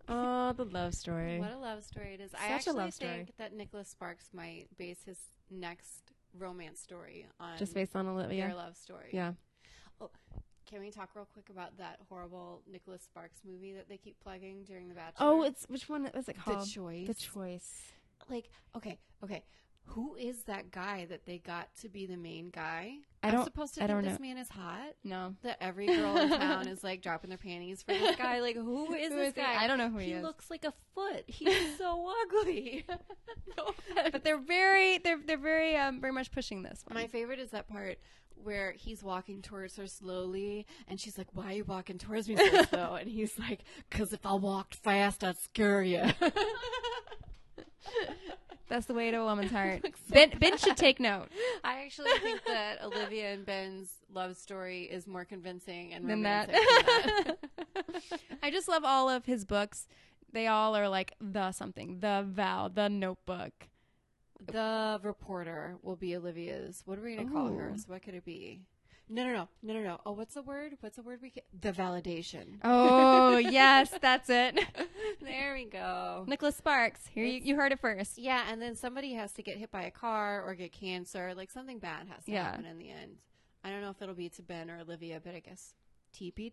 Speaker 1: Oh, the love story.
Speaker 2: What a love story it is. I
Speaker 1: Such a
Speaker 2: actually
Speaker 1: love story.
Speaker 2: think that Nicholas Sparks might base his next romance story on
Speaker 1: Just based on
Speaker 2: their
Speaker 1: Olivia.
Speaker 2: love story.
Speaker 1: Yeah.
Speaker 2: Can we talk real quick about that horrible Nicholas Sparks movie that they keep plugging during The Bachelor?
Speaker 1: Oh, it's which one was it called?
Speaker 2: Choice.
Speaker 1: The choice.
Speaker 2: like okay, okay. Who is that guy that they got to be the main guy?
Speaker 1: I
Speaker 2: I'm
Speaker 1: don't-
Speaker 2: supposed to
Speaker 1: I
Speaker 2: think
Speaker 1: don't
Speaker 2: this
Speaker 1: know.
Speaker 2: man is hot.
Speaker 1: No.
Speaker 2: That every girl in (laughs) town is like dropping their panties for this guy. Like who
Speaker 1: (laughs)
Speaker 2: is
Speaker 1: Who
Speaker 2: this
Speaker 1: is he?
Speaker 2: guy?
Speaker 1: I don't know who he is.
Speaker 2: looks like a foot. He's so ugly.
Speaker 1: But they're very they're they're very um very much pushing this one.
Speaker 2: My favorite is that part where he's walking towards her slowly, and she's like, "Why are you walking towards me (laughs) so slow?" And he's like, "Cause if I walked fast, I'd scare you." (laughs)
Speaker 1: That's the way to a (laughs) woman's heart. ben Ben should take (laughs) note.
Speaker 2: I actually think that Olivia and Ben's love story is more convincing and
Speaker 1: Than that.
Speaker 2: romantic than that.
Speaker 1: (laughs) I just love all of his books. They all are like the something, the vow, the notebook.
Speaker 2: (laughs) the reporter will be Olivia's. What are we gonna call her?
Speaker 1: Ooh.
Speaker 2: So what could it be? No, no, no, no, no, no. Oh, what's the word? What's the word? We ca- the validation.
Speaker 1: Oh (laughs) yes, that's it.
Speaker 2: There we go.
Speaker 1: Nicholas Sparks. Here you, you heard it first.
Speaker 2: Yeah, and then somebody has to get hit by a car or get cancer. Like something bad has to
Speaker 1: Yeah.
Speaker 2: happen in the end. I don't know if it'll be to Ben or Olivia, but I guess TBD.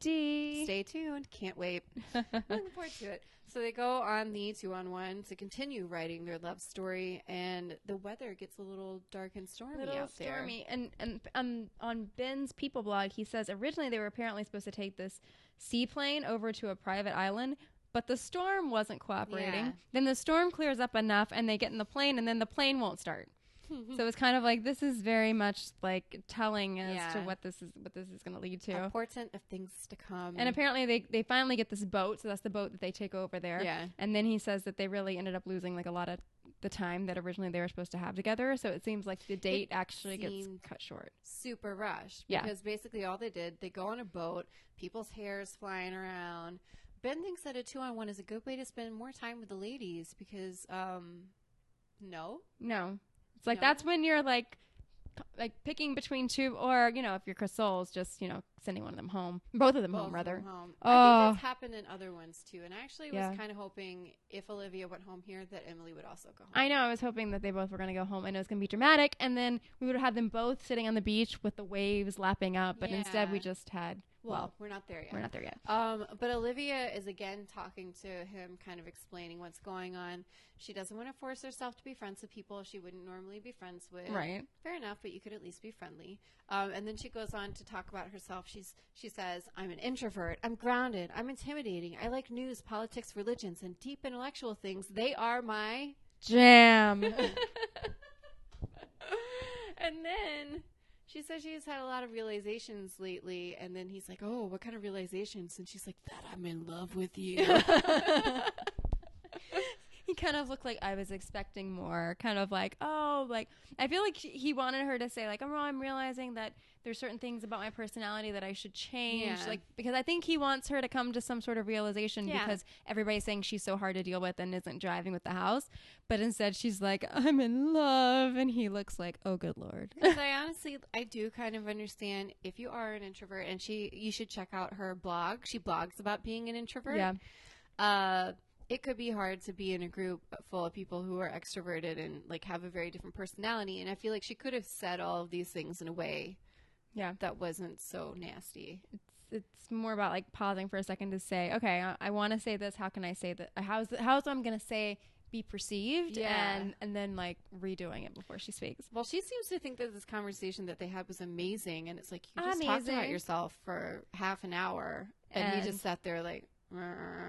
Speaker 1: TBD.
Speaker 2: Stay tuned.
Speaker 1: (laughs)
Speaker 2: Can't wait. Looking forward to it. So they go on the two on one to continue writing their love story, and the weather gets a little dark and stormy out there.
Speaker 1: stormy. And and um, on Ben's people blog, he says originally they were apparently supposed to take this seaplane over to a private island, but the storm wasn't cooperating.
Speaker 2: Yeah.
Speaker 1: Then the storm clears up enough, and they get in the plane, and then the plane won't
Speaker 2: (laughs)
Speaker 1: start. so it's kind of like this is very much like telling as to
Speaker 2: Yeah.
Speaker 1: what this is what this is going to lead to.
Speaker 2: A portent of things to come.
Speaker 1: And apparently they, they finally get this boat, so that's the boat that they take over there.
Speaker 2: Yeah.
Speaker 1: And then he says that they really ended up losing like a lot of the time that originally they were supposed to have together. So it seems like the date actually gets
Speaker 2: seemed-
Speaker 1: cut short.
Speaker 2: super rushed
Speaker 1: Yeah.
Speaker 2: because basically all they did they go on a boat people's hair's flying around ben thinks that a two-on-one is a good way to spend more time with the ladies because um no
Speaker 1: No. It's like
Speaker 2: No.
Speaker 1: that's when you're like p- like picking between two or, you know, if you're Chris Souls, just, you know, sending one of them home. Both of them
Speaker 2: Both
Speaker 1: home
Speaker 2: from
Speaker 1: rather. Oh.
Speaker 2: home. i think that's happened in other ones too and i actually
Speaker 1: Yeah.
Speaker 2: was kind of hoping if olivia went home here that emily would also go home
Speaker 1: I know. I was hoping that they both were going to go home. I know it's going to be dramatic, and then we would have had them both sitting on the beach with the waves lapping up. But instead,
Speaker 2: Yeah.
Speaker 1: we just had
Speaker 2: well,
Speaker 1: well,
Speaker 2: we're not there yet
Speaker 1: we're not there yet.
Speaker 2: Um, but Olivia is again talking to him, kind of explaining what's going on. She doesn't want to force herself to be friends with people she wouldn't normally be friends with.
Speaker 1: Right.
Speaker 2: Fair enough, but you could at least be friendly. Um, and then she goes on to talk about herself. She's she says, "I'm an introvert. I'm grounded. I'm intimidating. I like news, politics, religions, and deep intellectual things. They are my."
Speaker 1: Jam.
Speaker 2: (laughs) And then she says she's had a lot of realizations lately. And then he's like, "Oh, what kind of realizations?" And she's like, "That I'm in love with (laughs) you."
Speaker 1: he kind of looked like I was expecting more. Kind of like, oh, like I feel like she, he wanted her to say like, oh, I'm realizing that there's certain things about my personality that I should change.
Speaker 2: Yeah.
Speaker 1: Like because I think he wants her to come to some sort of realization
Speaker 2: Yeah.
Speaker 1: because everybody's saying she's so hard to deal with and isn't driving with the house, but instead she's like, I'm in love, and he looks like, oh, good lord.
Speaker 2: Because I honestly, I do kind of understand if you are an introvert, and she, you should check out her blog. She blogs about being an introvert.
Speaker 1: Yeah.
Speaker 2: Uh, it could be hard to be in a group full of people who are extroverted and like have a very different personality. And I feel like she could have said all of these things in a way
Speaker 1: Yeah.
Speaker 2: that wasn't so nasty.
Speaker 1: it's more about like pausing for a second to say, okay, I, I want to say this. How can I say that? How's how's I'm gonna say be perceived?
Speaker 2: Yeah.
Speaker 1: and and then like redoing it before she speaks.
Speaker 2: Well, she seems to think that this conversation that they had was amazing, and it's like you just talked about
Speaker 1: Amazing.
Speaker 2: yourself for half an hour, and,
Speaker 1: And-
Speaker 2: he just sat there like. "Rrrr."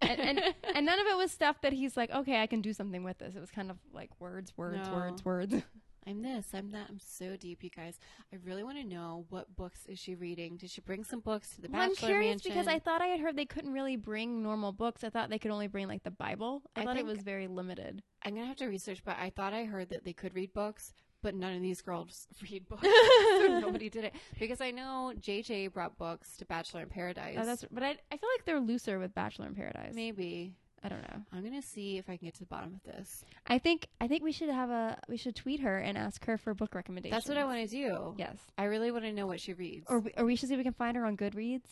Speaker 1: And, and (laughs) and none of it was stuff that he's like, okay, I can do something with this. It was kind of like words, words,
Speaker 2: No.
Speaker 1: words, words.
Speaker 2: (laughs) I'm this, I'm that. I'm so deep, you guys. I really want to know what books is she reading? Did she bring some books to the
Speaker 1: Well,
Speaker 2: Bachelor
Speaker 1: I'm curious
Speaker 2: Mansion?
Speaker 1: because I thought I had heard they couldn't really bring normal books. I thought they could only bring like the Bible. I,
Speaker 2: I
Speaker 1: thought it
Speaker 2: think-
Speaker 1: was very (laughs) limited.
Speaker 2: I'm gonna have to research, but I thought I heard that they could read books, but none of these girls (laughs)
Speaker 1: (laughs)
Speaker 2: read books. so nobody did it because I know JJ brought books to Bachelor in Paradise.
Speaker 1: Oh, that's but I I feel like they're looser with Bachelor in Paradise.
Speaker 2: maybe.
Speaker 1: I don't know.
Speaker 2: I'm gonna see if I can get to the bottom of this.
Speaker 1: I think I think we should have a we should tweet her and ask her for book recommendations.
Speaker 2: That's what I want to do.
Speaker 1: Yes.
Speaker 2: I really want to know what she reads.
Speaker 1: Or we, or we should see if we can find her on Goodreads.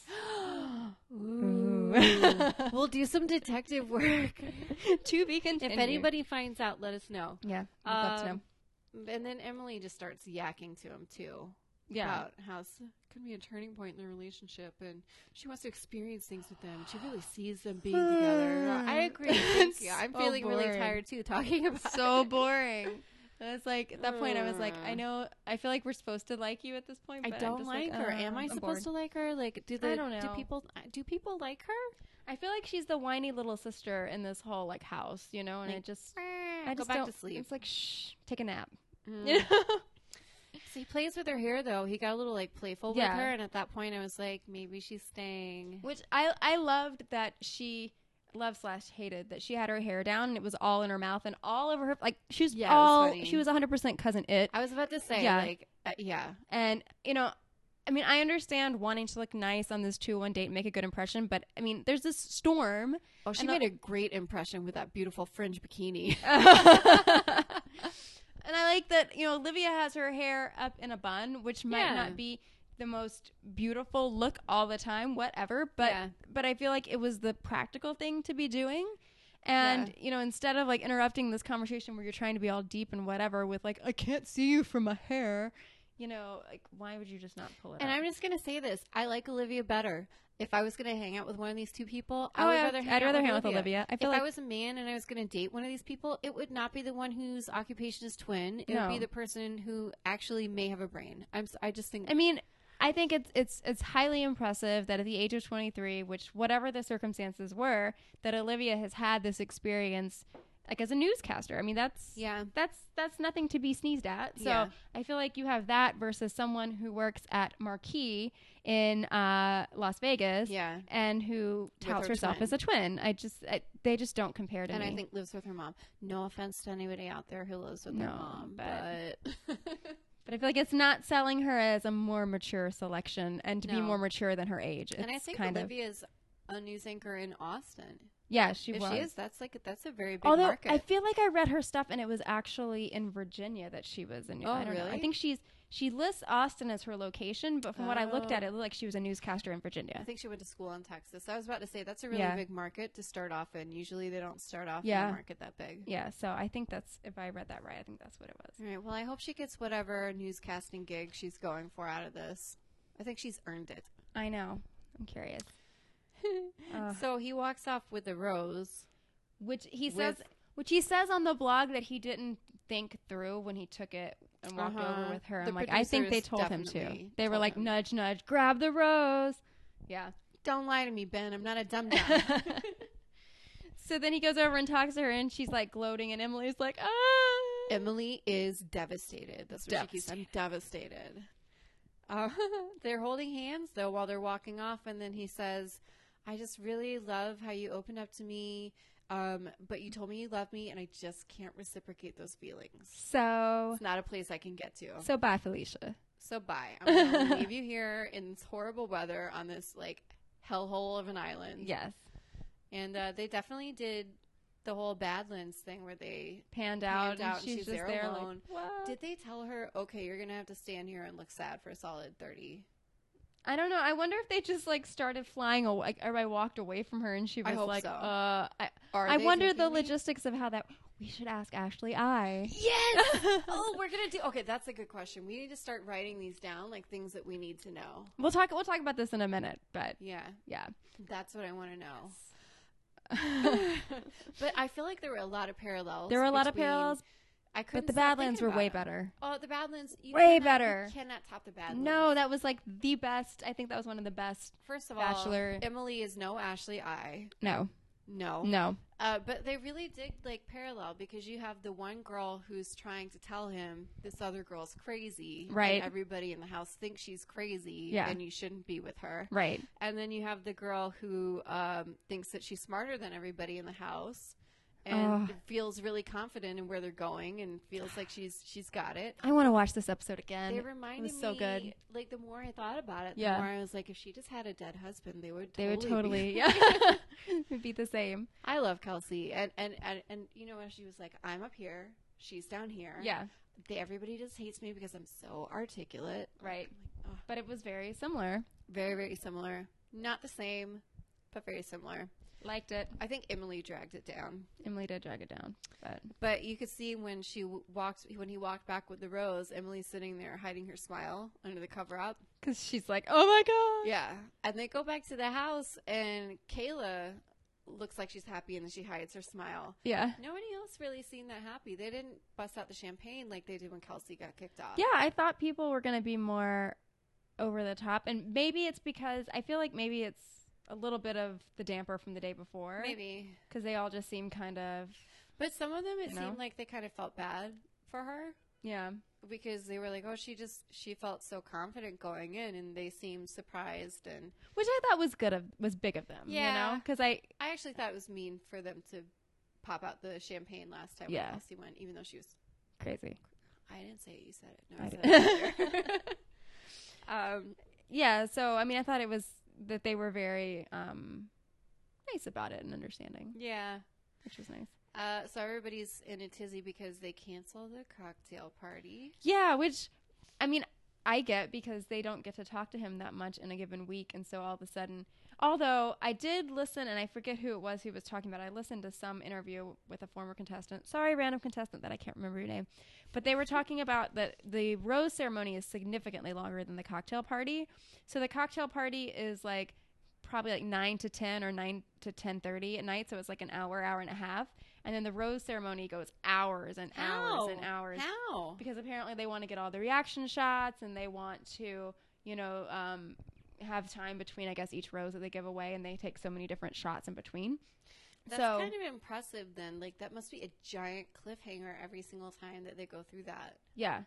Speaker 2: Ooh. (laughs) we'll do some detective (laughs) work.
Speaker 1: to be continued.
Speaker 2: if anybody finds out, let us know.
Speaker 1: yeah, we'd love to
Speaker 2: Um,
Speaker 1: know.
Speaker 2: And then Emily just starts yakking to him too.
Speaker 1: Yeah.
Speaker 2: About how it's gonna be a turning point in their relationship and she wants to experience things with them. She really sees them being together. (sighs) I (laughs) agree. Thank you. I'm
Speaker 1: So
Speaker 2: feeling really
Speaker 1: boring.
Speaker 2: tired too talking about
Speaker 1: So (laughs)
Speaker 2: it.
Speaker 1: boring. I was like, at that point, I was like, I
Speaker 2: Mm.
Speaker 1: know, I feel like we're supposed to like you at this point.
Speaker 2: I
Speaker 1: but I'm
Speaker 2: don't
Speaker 1: just
Speaker 2: like her.
Speaker 1: uh,
Speaker 2: Am I
Speaker 1: I'm bored.
Speaker 2: supposed to like her? Like, do the
Speaker 1: don't
Speaker 2: do
Speaker 1: know.
Speaker 2: people do people like her?
Speaker 1: I feel like she's the whiny little sister in this whole like house, you know, and
Speaker 2: Like,
Speaker 1: it just,
Speaker 2: Go
Speaker 1: I just
Speaker 2: back
Speaker 1: don't,
Speaker 2: to sleep.
Speaker 1: It's like, shh, take a nap.
Speaker 2: Mm.
Speaker 1: You know?
Speaker 2: So he plays with her hair though. He got a little like playful
Speaker 1: Yeah.
Speaker 2: with her, and at that point, I was like, maybe she's staying.
Speaker 1: Which I I loved that she loved slash hated that she had her hair down and it was all in her mouth and all over her like she was
Speaker 2: Yeah, it was
Speaker 1: all
Speaker 2: funny.
Speaker 1: she was 100% cousin it
Speaker 2: I was about to say,
Speaker 1: Yeah.
Speaker 2: like, uh, yeah,
Speaker 1: and you know I mean I understand wanting to look nice on this 2 one date and make a good impression but I mean there's this storm
Speaker 2: Oh, she
Speaker 1: And the-
Speaker 2: made a great impression with that beautiful fringe
Speaker 1: (laughs)
Speaker 2: bikini.
Speaker 1: and I like that you know Olivia has her hair up in a bun which might
Speaker 2: Yeah.
Speaker 1: not be the most beautiful look all the time whatever but
Speaker 2: Yeah.
Speaker 1: but I feel like it was the practical thing to be doing and you know instead of like interrupting this conversation where you're trying to be all deep and whatever with like I can't see you from my hair you know like why would you just not pull it
Speaker 2: (laughs) and
Speaker 1: up?
Speaker 2: I'm just gonna say this: I like Olivia better. If I was gonna hang out with one of these two people, I
Speaker 1: Oh,
Speaker 2: would
Speaker 1: yeah.
Speaker 2: rather. Hang
Speaker 1: I'd
Speaker 2: out
Speaker 1: rather
Speaker 2: with
Speaker 1: hang out
Speaker 2: Olivia.
Speaker 1: with Olivia. I
Speaker 2: if
Speaker 1: feel like-
Speaker 2: I was a man and I was gonna date one of these people, it would not be the one whose occupation is twin. It
Speaker 1: No.
Speaker 2: would be the person who actually may have a brain. I'm. s- I just think.
Speaker 1: I mean, I think it's it's it's highly impressive that at the age of 23, which whatever the circumstances were, that Olivia has had this experience like as a newscaster. I mean, that's
Speaker 2: yeah.
Speaker 1: that's that's nothing to be sneezed at. So
Speaker 2: Yeah.
Speaker 1: I feel like you have that versus someone who works at Marquee in uh, Las Vegas,
Speaker 2: Yeah.
Speaker 1: and who touts
Speaker 2: her
Speaker 1: herself
Speaker 2: twin.
Speaker 1: as a twin. I just I, they just don't compare to
Speaker 2: And
Speaker 1: me.
Speaker 2: I think lives with her mom. No offense to anybody out there who lives with their
Speaker 1: No,
Speaker 2: mom,
Speaker 1: but-
Speaker 2: but (laughs)
Speaker 1: but I feel like it's not selling her as a more mature selection and to be
Speaker 2: No.
Speaker 1: more mature than her age.
Speaker 2: and I
Speaker 1: It's
Speaker 2: think
Speaker 1: kind of-
Speaker 2: Olivia's a news anchor in Austin.
Speaker 1: yeah, she
Speaker 2: if
Speaker 1: was.
Speaker 2: she is, that's like that's a very big
Speaker 1: Although
Speaker 2: market.
Speaker 1: I feel like I read her stuff, and it was actually in Virginia that she was in.
Speaker 2: Oh,
Speaker 1: I don't know. I
Speaker 2: really?
Speaker 1: think she's she lists Austin as her location, but from what I looked
Speaker 2: Oh.
Speaker 1: at, it looked like she was a newscaster in Virginia.
Speaker 2: I think she went to school in Texas. I was about to say that's a really
Speaker 1: Yeah.
Speaker 2: big market to start off in. Usually they don't start off in
Speaker 1: Yeah.
Speaker 2: a market that big.
Speaker 1: Yeah, so I think that's if I read that right, I think that's what it was.
Speaker 2: All right. Well, I hope she gets whatever newscasting gig she's going for out of this. I think she's earned it.
Speaker 1: I know. I'm curious. Uh,
Speaker 2: So he walks off with a rose.
Speaker 1: which he says,
Speaker 2: With-
Speaker 1: which he says on the blog that he didn't think through when he took it and walked
Speaker 2: Uh-huh.
Speaker 1: over with her.
Speaker 2: The
Speaker 1: I'm like, I think they
Speaker 2: producers
Speaker 1: told him to.
Speaker 2: definitely
Speaker 1: They were
Speaker 2: told
Speaker 1: like,
Speaker 2: him.
Speaker 1: nudge, nudge, grab the rose. Yeah.
Speaker 2: Don't lie to me, Ben. I'm not a dum dum.
Speaker 1: (laughs) so then he goes over and talks to her, and she's like gloating, and Emily's like, ah.
Speaker 2: Emily is devastated. That's what she keeps. I'm devastated. Uh, (laughs) they're holding hands though while they're walking off, and then he says, "I just really love how you opened up to me, um, but you told me you love me, and I just can't reciprocate those feelings.
Speaker 1: So,
Speaker 2: It's not a place I can get to. So,
Speaker 1: so bye, Felicia.
Speaker 2: bye. I'm gonna leave you here in this horrible weather on this like hellhole of an island.
Speaker 1: Yes,
Speaker 2: and uh, they definitely did the whole Badlands thing where they
Speaker 1: panned out,
Speaker 2: Panned
Speaker 1: and
Speaker 2: out, and
Speaker 1: she's,
Speaker 2: she's
Speaker 1: just
Speaker 2: there
Speaker 1: there,
Speaker 2: alone.
Speaker 1: like, what?
Speaker 2: Did they tell her, okay, you're going to have to stand here and look sad for a solid 30?
Speaker 1: I don't know. I wonder if they just like started flying away, like, or I walked away from her, and she
Speaker 2: I
Speaker 1: was
Speaker 2: hope
Speaker 1: like,
Speaker 2: so.
Speaker 1: uh, I,
Speaker 2: Are
Speaker 1: I
Speaker 2: they
Speaker 1: wonder the
Speaker 2: taking me?
Speaker 1: logistics of how that. We should ask Ashley. I.
Speaker 2: Yes! (laughs)
Speaker 1: (laughs)
Speaker 2: oh, we're going to do. Okay, that's a good question. We need to start writing these down, like things that we need to know.
Speaker 1: We'll talk. We'll talk about this in a minute, but
Speaker 2: Yeah, (laughs)
Speaker 1: yeah. (laughs)
Speaker 2: that's what I want to know. but I feel like there were a lot of parallels.
Speaker 1: There were a lot of
Speaker 2: between-
Speaker 1: parallels,
Speaker 2: I
Speaker 1: But
Speaker 2: couldn't
Speaker 1: the
Speaker 2: stop
Speaker 1: Badlands
Speaker 2: thinking
Speaker 1: were
Speaker 2: about
Speaker 1: way
Speaker 2: them.
Speaker 1: better.
Speaker 2: Oh, the Badlands. You
Speaker 1: Way
Speaker 2: cannot, you
Speaker 1: better.
Speaker 2: cannot top the Badlands.
Speaker 1: No, that was like the best. I think that was one of the best.
Speaker 2: First of
Speaker 1: Bachelor.
Speaker 2: all, Emily is no Ashley I.
Speaker 1: No,
Speaker 2: No.
Speaker 1: no.
Speaker 2: Uh, but they really did like parallel because you have the one girl who's trying to tell him this other girl's crazy. and
Speaker 1: Right.
Speaker 2: everybody in the house thinks she's crazy
Speaker 1: Yeah.
Speaker 2: and you shouldn't be with her.
Speaker 1: Right.
Speaker 2: And then you have the girl who um, thinks that she's smarter than everybody in the house and
Speaker 1: Ugh.
Speaker 2: feels really confident in where they're going and feels like she's she's got it.
Speaker 1: I want to watch this episode again.
Speaker 2: They
Speaker 1: it
Speaker 2: reminded
Speaker 1: was so
Speaker 2: me,
Speaker 1: good.
Speaker 2: like the more I thought about it,
Speaker 1: Yeah.
Speaker 2: the more I was like, if she just had a dead husband, they would
Speaker 1: They would
Speaker 2: totally
Speaker 1: totally,
Speaker 2: be- (laughs)
Speaker 1: yeah, would be the same.
Speaker 2: I love Kelsey, and and and, and you know when she was like, I'm up here, she's down here.
Speaker 1: Yeah,
Speaker 2: they, everybody just hates me because I'm so articulate.
Speaker 1: right.
Speaker 2: Ugh.
Speaker 1: But it was very similar.
Speaker 2: Very very similar, not the same, but very similar.
Speaker 1: Liked it.
Speaker 2: I think Emily dragged it down.
Speaker 1: Emily did drag it down, but
Speaker 2: But you could see when she w- walked, when he walked back with the rose, Emily's sitting there hiding her smile under the cover up.
Speaker 1: because she's like, "Oh my god!"
Speaker 2: Yeah. And they go back to the house, and Kayla looks like she's happy, and then she hides her smile.
Speaker 1: Yeah,
Speaker 2: Nobody else really seemed that happy. They didn't bust out the champagne like they did when Kelsey got kicked off.
Speaker 1: yeah. I thought people were gonna be more over the top, and maybe it's because I feel like maybe it's a little bit of the damper from the day before,
Speaker 2: Maybe.
Speaker 1: because they all just seem kind of,
Speaker 2: But some of them, it
Speaker 1: You know?
Speaker 2: seemed like they kind of felt bad for her
Speaker 1: yeah,
Speaker 2: because they were like, oh, she just, she felt so confident going in, and they seemed surprised. And
Speaker 1: which I thought was good of was big of them, you know,
Speaker 2: Yeah.
Speaker 1: because I
Speaker 2: I actually thought it was mean for them to pop out the champagne last time
Speaker 1: Yeah.
Speaker 2: when Kelsey went, even though she was.
Speaker 1: crazy.
Speaker 2: I didn't say it. You said it. No, I,
Speaker 1: I
Speaker 2: said
Speaker 1: did.
Speaker 2: it.
Speaker 1: (laughs)
Speaker 2: earlier. (laughs) um,
Speaker 1: Yeah, so I mean, I thought it was that they were very um nice about it and understanding,
Speaker 2: yeah.
Speaker 1: which was nice.
Speaker 2: Uh, so everybody's in a tizzy because they cancel the cocktail party.
Speaker 1: Yeah, which I mean, I get because they don't get to talk to him that much in a given week, and so all of a sudden, although I did listen, and I forget who it was who was talking about. it, I listened to some interview with a former contestant. Sorry, random contestant that I can't remember your name, but they were talking about that the rose ceremony is significantly longer than the cocktail party. So the cocktail party is like probably like 9 to 10 or 9 to 10:30 at night so it's like an hour hour and a half and then the rose ceremony goes hours and hours and hours
Speaker 2: How?
Speaker 1: because apparently they want to get all the reaction shots and they want to you know um, have time between i guess each rose that they give away and they take so many different shots in between
Speaker 2: That's
Speaker 1: so
Speaker 2: kind of impressive. Then, like that must be a giant cliffhanger every single time that they go through that.
Speaker 1: yeah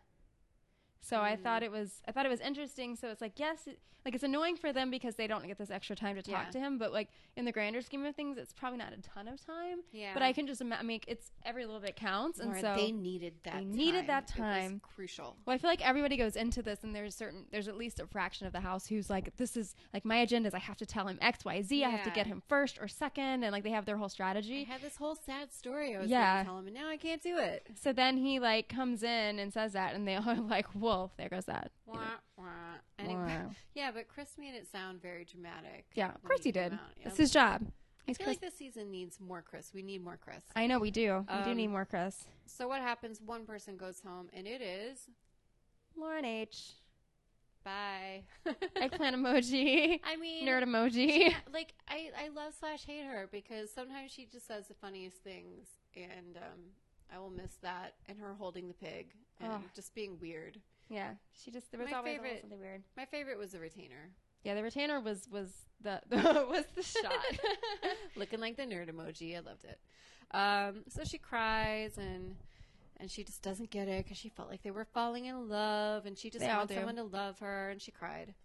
Speaker 1: so
Speaker 2: Hmm.
Speaker 1: i thought it was i thought it was interesting so it's like yes it, like it's annoying for them because they don't get this extra time to talk
Speaker 2: Yeah.
Speaker 1: to him but like in the grander scheme of things it's probably not a ton of time
Speaker 2: Yeah.
Speaker 1: but i can just imagine i mean it's every little bit counts and
Speaker 2: Lauren,
Speaker 1: so
Speaker 2: they needed that.
Speaker 1: they needed that
Speaker 2: It
Speaker 1: time.
Speaker 2: was crucial.
Speaker 1: Well, I feel like everybody goes into this, and there's certain, there's at least a fraction of the house who's like, this is like my agenda is I have to tell him X, Y, Z. I have to
Speaker 2: Yeah.
Speaker 1: get him first or second, and like they have their whole
Speaker 2: I
Speaker 1: strategy.
Speaker 2: had this whole sad story I was
Speaker 1: Yeah.
Speaker 2: going to tell him, and now I can't do it.
Speaker 1: So then he like comes in and says that, and they all are like, whoa, there goes that. you know.
Speaker 2: Wah, wah. Anyway,
Speaker 1: Wah.
Speaker 2: (laughs) yeah, but Chris made it sound very dramatic.
Speaker 1: Yeah, of
Speaker 2: when
Speaker 1: course he
Speaker 2: came
Speaker 1: did.
Speaker 2: out. Yeah.
Speaker 1: It's his job.
Speaker 2: I
Speaker 1: He's
Speaker 2: feel
Speaker 1: Chris.
Speaker 2: like this season needs more Chris. We need more Chris.
Speaker 1: I know we do. we do
Speaker 2: Um,
Speaker 1: need more Chris.
Speaker 2: So what happens? One person goes home, and it is
Speaker 1: Lauren H.
Speaker 2: bye. (laughs)
Speaker 1: Eggplant emoji.
Speaker 2: I mean,
Speaker 1: Nerd emoji.
Speaker 2: (laughs) like I, I love slash hate her because sometimes she just says the funniest things, and um, I will miss that. And her holding the pig and
Speaker 1: Ugh.
Speaker 2: just being weird.
Speaker 1: (laughs) Yeah, she just there was
Speaker 2: My
Speaker 1: always a little
Speaker 2: favorite-
Speaker 1: something weird.
Speaker 2: My favorite was the retainer,
Speaker 1: Yeah, the retainer was was the (laughs) was
Speaker 2: (laughs)
Speaker 1: the (laughs) shot.
Speaker 2: looking like the nerd emoji. I loved it. Um, so she cries and. And she just doesn't get it because she felt like they were falling in love, and she just
Speaker 1: They all
Speaker 2: wants
Speaker 1: do. Hmm.
Speaker 2: someone to love her, and she cried.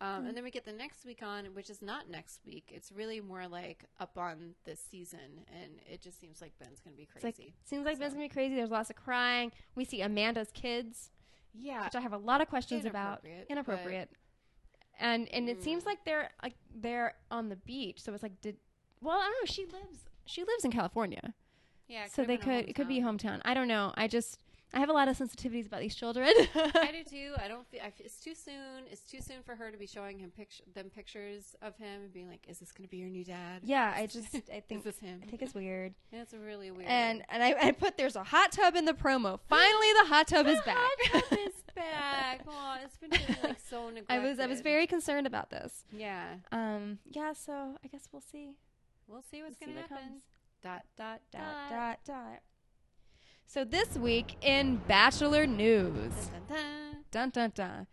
Speaker 2: Um, And then we get the next week on, which is not next week. It's really more like up on this season, and it just seems like Ben's gonna be
Speaker 1: It's
Speaker 2: crazy.
Speaker 1: like seems like Ben's gonna be crazy. There's lots of crying. We see Amanda's kids,
Speaker 2: Yeah,
Speaker 1: which I have a lot of questions about.
Speaker 2: Uh, Inappropriate, but- Mm.
Speaker 1: Inappropriate. And and it seems like they're like they're on the beach. So it's like did well I don't know. She lives she lives in California,
Speaker 2: yeah. it
Speaker 1: so
Speaker 2: could've
Speaker 1: they
Speaker 2: been a
Speaker 1: could it could be
Speaker 2: hometown.
Speaker 1: hometown. I don't know. I just I have a lot of sensitivities about these children.
Speaker 2: (laughs)
Speaker 1: (laughs)
Speaker 2: I do too. I don't. Feel, I feel, it's too soon. It's too soon for her to be showing him picture them pictures of him and being like, "Is this gonna be your new dad?"
Speaker 1: yeah, I just
Speaker 2: (laughs)
Speaker 1: I think
Speaker 2: this him?
Speaker 1: I think it's weird.
Speaker 2: That's really (laughs) weird.
Speaker 1: And and I, I put there's a hot tub in the promo. Finally, the hot tub
Speaker 2: (laughs)
Speaker 1: is back.
Speaker 2: it's back. Oh, it's been feeling, like so neglected.
Speaker 1: (laughs) I was I was very concerned about this.
Speaker 2: yeah.
Speaker 1: Um, yeah, so I guess we'll see.
Speaker 2: We'll see what's
Speaker 1: We'll see
Speaker 2: gonna
Speaker 1: what
Speaker 2: happen.
Speaker 1: comes.
Speaker 2: Dot dot
Speaker 1: Dot dot dot. So this week in Bachelor News.
Speaker 2: Dun, dun.
Speaker 1: Dun dun dun.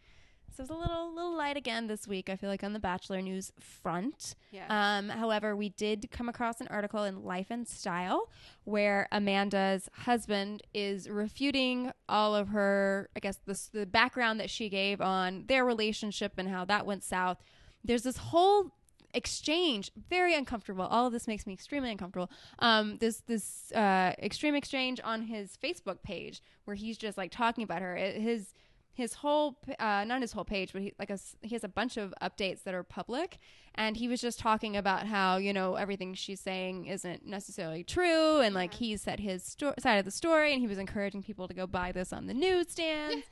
Speaker 1: So it's a little little light again this week, I feel like, on the Bachelor News front.
Speaker 2: Yeah.
Speaker 1: Um, however, we did come across an article in Life and Style where Amanda's husband is refuting all of her, I guess, the, the background that she gave on their relationship and how that went south. There's this whole exchange, very uncomfortable. All of this makes me extremely uncomfortable. Um, this this uh, extreme exchange on his Facebook page where he's just like talking about her. It- his his whole p- uh, not his whole page, but he like a s he has a bunch of updates that are public, and he was just talking about how you know everything she's saying isn't necessarily true, and like he said his sto- side of the story, and he was encouraging people to go buy this on the newsstands.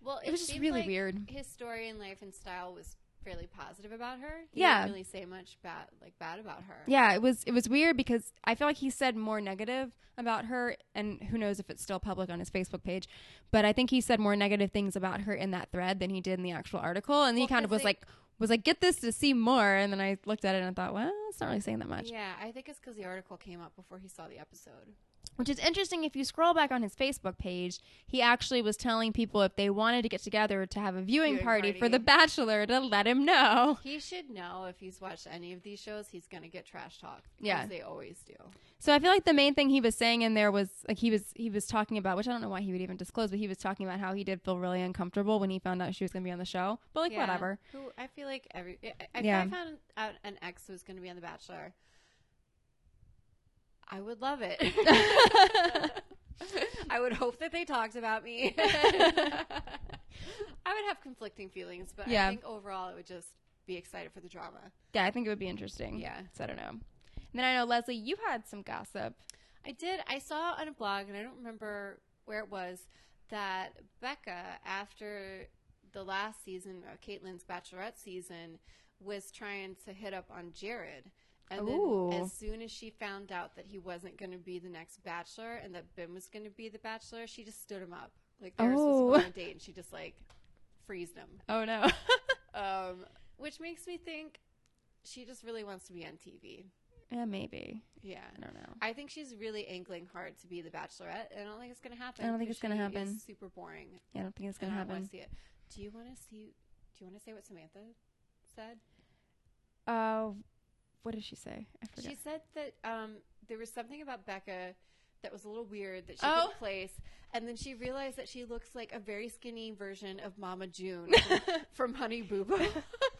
Speaker 2: Well,
Speaker 1: It was just
Speaker 2: seemed
Speaker 1: really
Speaker 2: like
Speaker 1: weird.
Speaker 2: His story in life and style was fairly positive about her. He
Speaker 1: Yeah.
Speaker 2: didn't really say much bad, like bad about her.
Speaker 1: Yeah, it was it was weird because I feel like he said more negative about her, and who knows if it's still public on his Facebook page. But I think he said more negative things about her in that thread than he did in the actual article, and he
Speaker 2: Well,
Speaker 1: kind of
Speaker 2: 'cause
Speaker 1: was
Speaker 2: they-
Speaker 1: like was like get this to see more, and then I looked at it and I thought, well, it's not really saying that much.
Speaker 2: Yeah, I think it's because the article came up before he saw the episode.
Speaker 1: Which is interesting. If you scroll back on his Facebook page, he actually was telling people if they wanted to get together to have a viewing,
Speaker 2: Viewing
Speaker 1: party, for
Speaker 2: party.
Speaker 1: The Bachelor to let him know.
Speaker 2: He should know if he's watched any of these shows, he's going to get trash talk.
Speaker 1: Yeah.
Speaker 2: they always do.
Speaker 1: So I feel like the main thing he was saying in there was like he was he was talking about which I don't know why he would even disclose, but he was talking about how he did feel really uncomfortable when he found out she was gonna be on the show. But like
Speaker 2: Yeah.
Speaker 1: whatever.
Speaker 2: Who I feel like every I- I,
Speaker 1: Yeah.
Speaker 2: if I found out an ex was going to be on The Bachelor, I would love
Speaker 1: (laughs)
Speaker 2: it. I would hope that they talked about
Speaker 1: (laughs)
Speaker 2: me. I would have conflicting feelings, but
Speaker 1: Yeah.
Speaker 2: I think overall it would just be excited for the drama.
Speaker 1: Yeah, I think it would be interesting.
Speaker 2: Yeah.
Speaker 1: So I don't know. And then I know Leslie, you had some gossip.
Speaker 2: I did. I saw on a blog, and I don't remember where it was, that Becca, after the last season of Caitlyn's Bachelorette season, was trying to hit up on Jared. And
Speaker 1: Ooh.
Speaker 2: then, as soon as she found out that he wasn't going to be the next Bachelor and that Ben was going to be the Bachelor, she just stood him up. Like they were
Speaker 1: Oh.
Speaker 2: supposed to go on a date, and she just like freezed him.
Speaker 1: Oh no.
Speaker 2: Um, which makes me think she just really wants to be on TV.
Speaker 1: (laughs) yeah, maybe.
Speaker 2: Yeah.
Speaker 1: I don't know.
Speaker 2: I think she's really angling hard to be the Bachelorette, and I don't think it's going to happen.
Speaker 1: I don't think
Speaker 2: 'cause
Speaker 1: it's gonna
Speaker 2: she
Speaker 1: happen.
Speaker 2: is super boring.
Speaker 1: Yeah, I don't think it's
Speaker 2: and
Speaker 1: gonna
Speaker 2: I don't want
Speaker 1: happen.
Speaker 2: to see it. Do you want to see? Do you want to say what Samantha said?
Speaker 1: Uh what did she say? I forget.
Speaker 2: She said that um, there was something about Becca that was a little weird that she
Speaker 1: Oh.
Speaker 2: could place, and then she realized that she looks like a very skinny version of
Speaker 1: (laughs)
Speaker 2: Mama June from, from Honey Boo Boo. (laughs)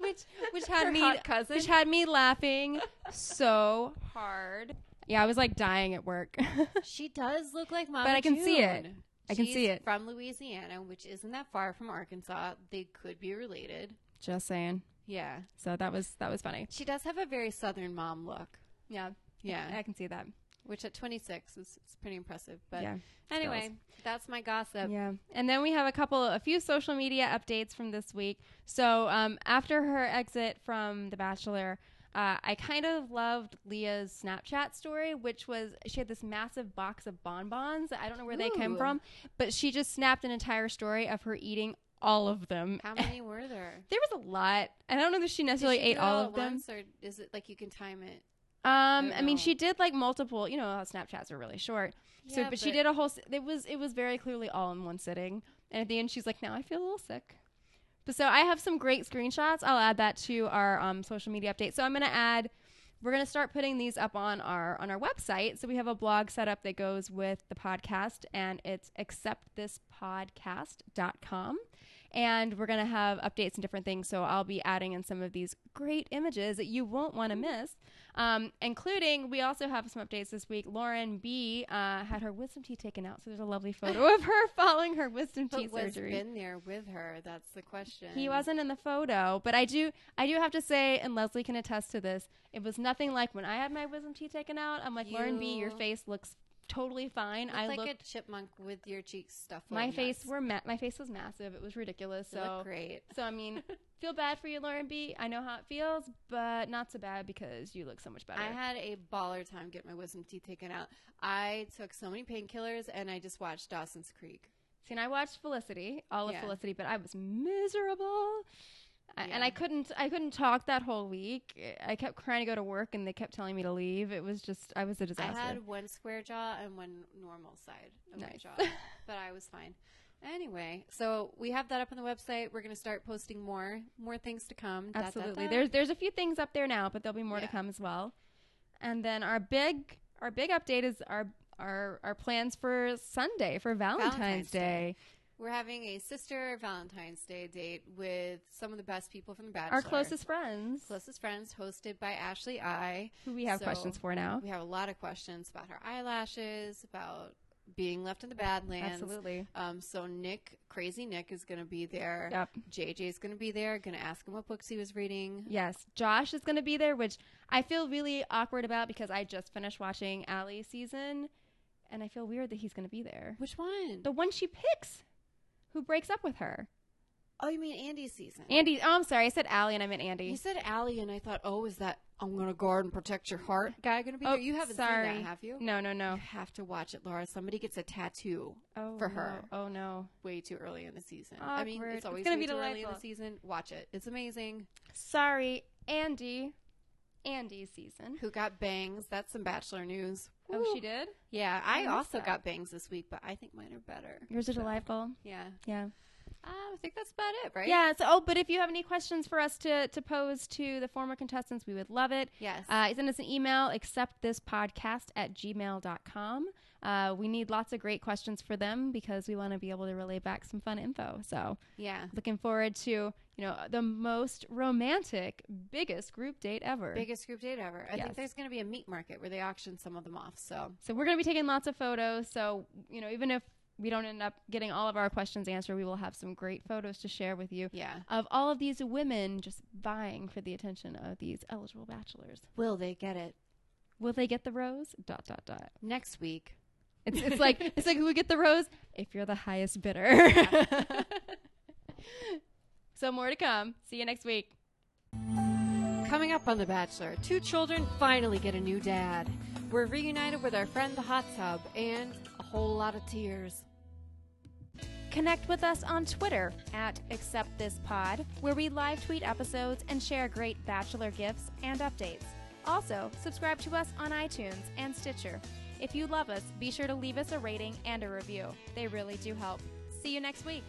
Speaker 1: which which had
Speaker 2: Her
Speaker 1: me
Speaker 2: hot cousin.
Speaker 1: which had me laughing so (laughs) hard. Yeah, I was like dying at work. (laughs)
Speaker 2: She does look like Mama
Speaker 1: I can see it.
Speaker 2: June.
Speaker 1: I can
Speaker 2: She's
Speaker 1: see it.
Speaker 2: From Louisiana, which isn't that far from Arkansas. They could be related.
Speaker 1: Just saying.
Speaker 2: Yeah.
Speaker 1: So that was that was funny.
Speaker 2: She does have a very southern mom look.
Speaker 1: Yeah.
Speaker 2: Yeah.
Speaker 1: I can see that.
Speaker 2: Which at 26 is it's pretty impressive. But
Speaker 1: Yeah,
Speaker 2: anyway, that's my gossip.
Speaker 1: Yeah. And then we have a couple, a few social media updates from this week. So um, after her exit from The Bachelor, uh, I kind of loved Leah's Snapchat story, which was she had this massive box of bonbons. I don't know where they came
Speaker 2: Ooh.
Speaker 1: from, but she just snapped an entire story of her eating all of them.
Speaker 2: How many
Speaker 1: (laughs)
Speaker 2: were there?
Speaker 1: There was a lot. I don't know that she
Speaker 2: Did
Speaker 1: necessarily
Speaker 2: she do
Speaker 1: ate
Speaker 2: it
Speaker 1: all
Speaker 2: at
Speaker 1: of them.
Speaker 2: once, or is it like you can time it?
Speaker 1: Um,
Speaker 2: don't
Speaker 1: I mean,
Speaker 2: know.
Speaker 1: she did like multiple. You know how Snapchats are really short. so,
Speaker 2: Yeah,
Speaker 1: but, she
Speaker 2: but-
Speaker 1: did a whole. s- It was it was very clearly all in one sitting. And at the end, she's like, "Now I feel a little sick." But so I have some great screenshots. I'll add that to our um, social media update. So I'm gonna add. We're gonna start putting these up on our on our website. So we have a blog set up that goes with the podcast, and it's acceptthispodcast.com. And we're gonna have updates and different things. So I'll be adding in some of these great images that you won't want to miss, um, including we also have some updates this week. Lauren B uh, had her wisdom teeth taken out, so there's a lovely photo of her (laughs) following her wisdom
Speaker 2: But
Speaker 1: teeth
Speaker 2: was
Speaker 1: surgery.
Speaker 2: been there with her? That's the question.
Speaker 1: He wasn't in the photo, but I do I do have to say, and Leslie can attest to this, it was nothing like when I had my wisdom teeth taken out. I'm like, Lauren B, your
Speaker 2: You-
Speaker 1: face looks totally fine.
Speaker 2: Looked
Speaker 1: I
Speaker 2: like
Speaker 1: look
Speaker 2: a chipmunk with your cheeks stuffed. full
Speaker 1: my
Speaker 2: of
Speaker 1: face
Speaker 2: nuts.
Speaker 1: were ma- my face was massive. It was ridiculous.
Speaker 2: You
Speaker 1: so
Speaker 2: look great.
Speaker 1: so I
Speaker 2: (laughs)
Speaker 1: mean, feel bad for you, Lauren B. I know how it feels, but not so bad because you look so much better.
Speaker 2: I had a baller time getting my wisdom teeth taken out. I took so many painkillers, and I just watched Dawson's Creek.
Speaker 1: See, and I watched Felicity, all of
Speaker 2: Yeah.
Speaker 1: Felicity, but I was miserable. I And
Speaker 2: Yeah.
Speaker 1: I couldn't, I couldn't talk that whole week. I kept trying to go to work, and they kept telling me to leave. It was just, I was a disaster.
Speaker 2: I had one square jaw and one normal side of
Speaker 1: Nice.
Speaker 2: my jaw, but I was fine. Anyway, so we have that up on the website. We're going to start posting more, more things to come. Dot, dot,
Speaker 1: Absolutely.
Speaker 2: dot.
Speaker 1: There's there's a few things up there now, but there'll be more to
Speaker 2: Yeah.
Speaker 1: come as well. And then our big our big update is our our our plans for Sunday for Valentine's,
Speaker 2: Valentine's
Speaker 1: Day.
Speaker 2: Day. We're having a sister Valentine's Day date with some of the best people from The Bachelor.
Speaker 1: Our closest friends,
Speaker 2: Closest friends, hosted by Ashley I.
Speaker 1: who we have
Speaker 2: So-
Speaker 1: questions for now.
Speaker 2: We have a lot of questions about her eyelashes, about being left in the Badlands.
Speaker 1: Absolutely.
Speaker 2: Um, so Nick, crazy Nick, is going to be there.
Speaker 1: Yep.
Speaker 2: JJ's going to be there. Going to ask him what books he was reading.
Speaker 1: Yes, Josh is going to be there, which I feel really awkward about because I just finished watching Allie season, and I feel weird that he's going to be there.
Speaker 2: Which one?
Speaker 1: The one she picks, who breaks up with her,
Speaker 2: oh, you mean Andy's season?
Speaker 1: Andy. Oh, I'm sorry, I said Allie, and I meant Andy.
Speaker 2: You said Allie, and I thought, oh, is that I'm going to guard and protect your heart guy going to be
Speaker 1: oh,
Speaker 2: there? You haven't
Speaker 1: sorry.
Speaker 2: seen that, have you?
Speaker 1: No, no, no.
Speaker 2: You have to watch it, Laura. Somebody gets a tattoo
Speaker 1: Oh,
Speaker 2: for her.
Speaker 1: no. Oh no.
Speaker 2: way too early in the season. I mean,
Speaker 1: Awkward.
Speaker 2: it's
Speaker 1: It's
Speaker 2: always
Speaker 1: gonna
Speaker 2: way
Speaker 1: be
Speaker 2: too early in the
Speaker 1: delightful. Mm-hmm.
Speaker 2: season. Watch it. It's amazing.
Speaker 1: Sorry, Andy. Andy's season.
Speaker 2: Who got bangs? That's some bachelor news.
Speaker 1: Oh,
Speaker 2: Woo.
Speaker 1: she did.
Speaker 2: Yeah,
Speaker 1: I
Speaker 2: I,
Speaker 1: missed
Speaker 2: also
Speaker 1: that.
Speaker 2: got bangs this week, but I think mine are better.
Speaker 1: Yours are
Speaker 2: So,
Speaker 1: delightful.
Speaker 2: Yeah.
Speaker 1: Yeah.
Speaker 2: Uh, I think that's about it, right?
Speaker 1: Yeah. So, oh, but if you have any questions for us to, to pose to the former contestants, we would love it.
Speaker 2: Yes.
Speaker 1: Uh, send us an email, accept this podcast at gmail.com. Uh, we need lots of great questions for them because we want to be able to relay back some fun info. So,
Speaker 2: yeah.
Speaker 1: looking forward to, you know, the most romantic, biggest group date ever.
Speaker 2: Biggest group date ever. I
Speaker 1: Yes.
Speaker 2: think there's going to be a meat market where they auction some of them off. So
Speaker 1: So, we're going to be taking lots of photos. So, you know, even if we don't end up getting all of our questions answered, we will have some great photos to share with you.
Speaker 2: yeah.
Speaker 1: Of all of these women just vying for the attention of these eligible bachelors.
Speaker 2: Will they get it
Speaker 1: Will they get the rose? Dot dot dot.
Speaker 2: next week?
Speaker 1: It's, it's like it's like who would get the rose if you're the highest bidder. (laughs) so more to come. See you next week.
Speaker 2: Coming up on The Bachelor, two children finally get a new dad. We're reunited with our friend the hot tub and a whole lot of tears.
Speaker 1: Connect with us on Twitter at Accept This Pod, where we live tweet episodes and share great bachelor gifts and updates. Also, subscribe to us on iTunes and Stitcher. If you love us, be sure to leave us a rating and a review. They really do help. See you next week.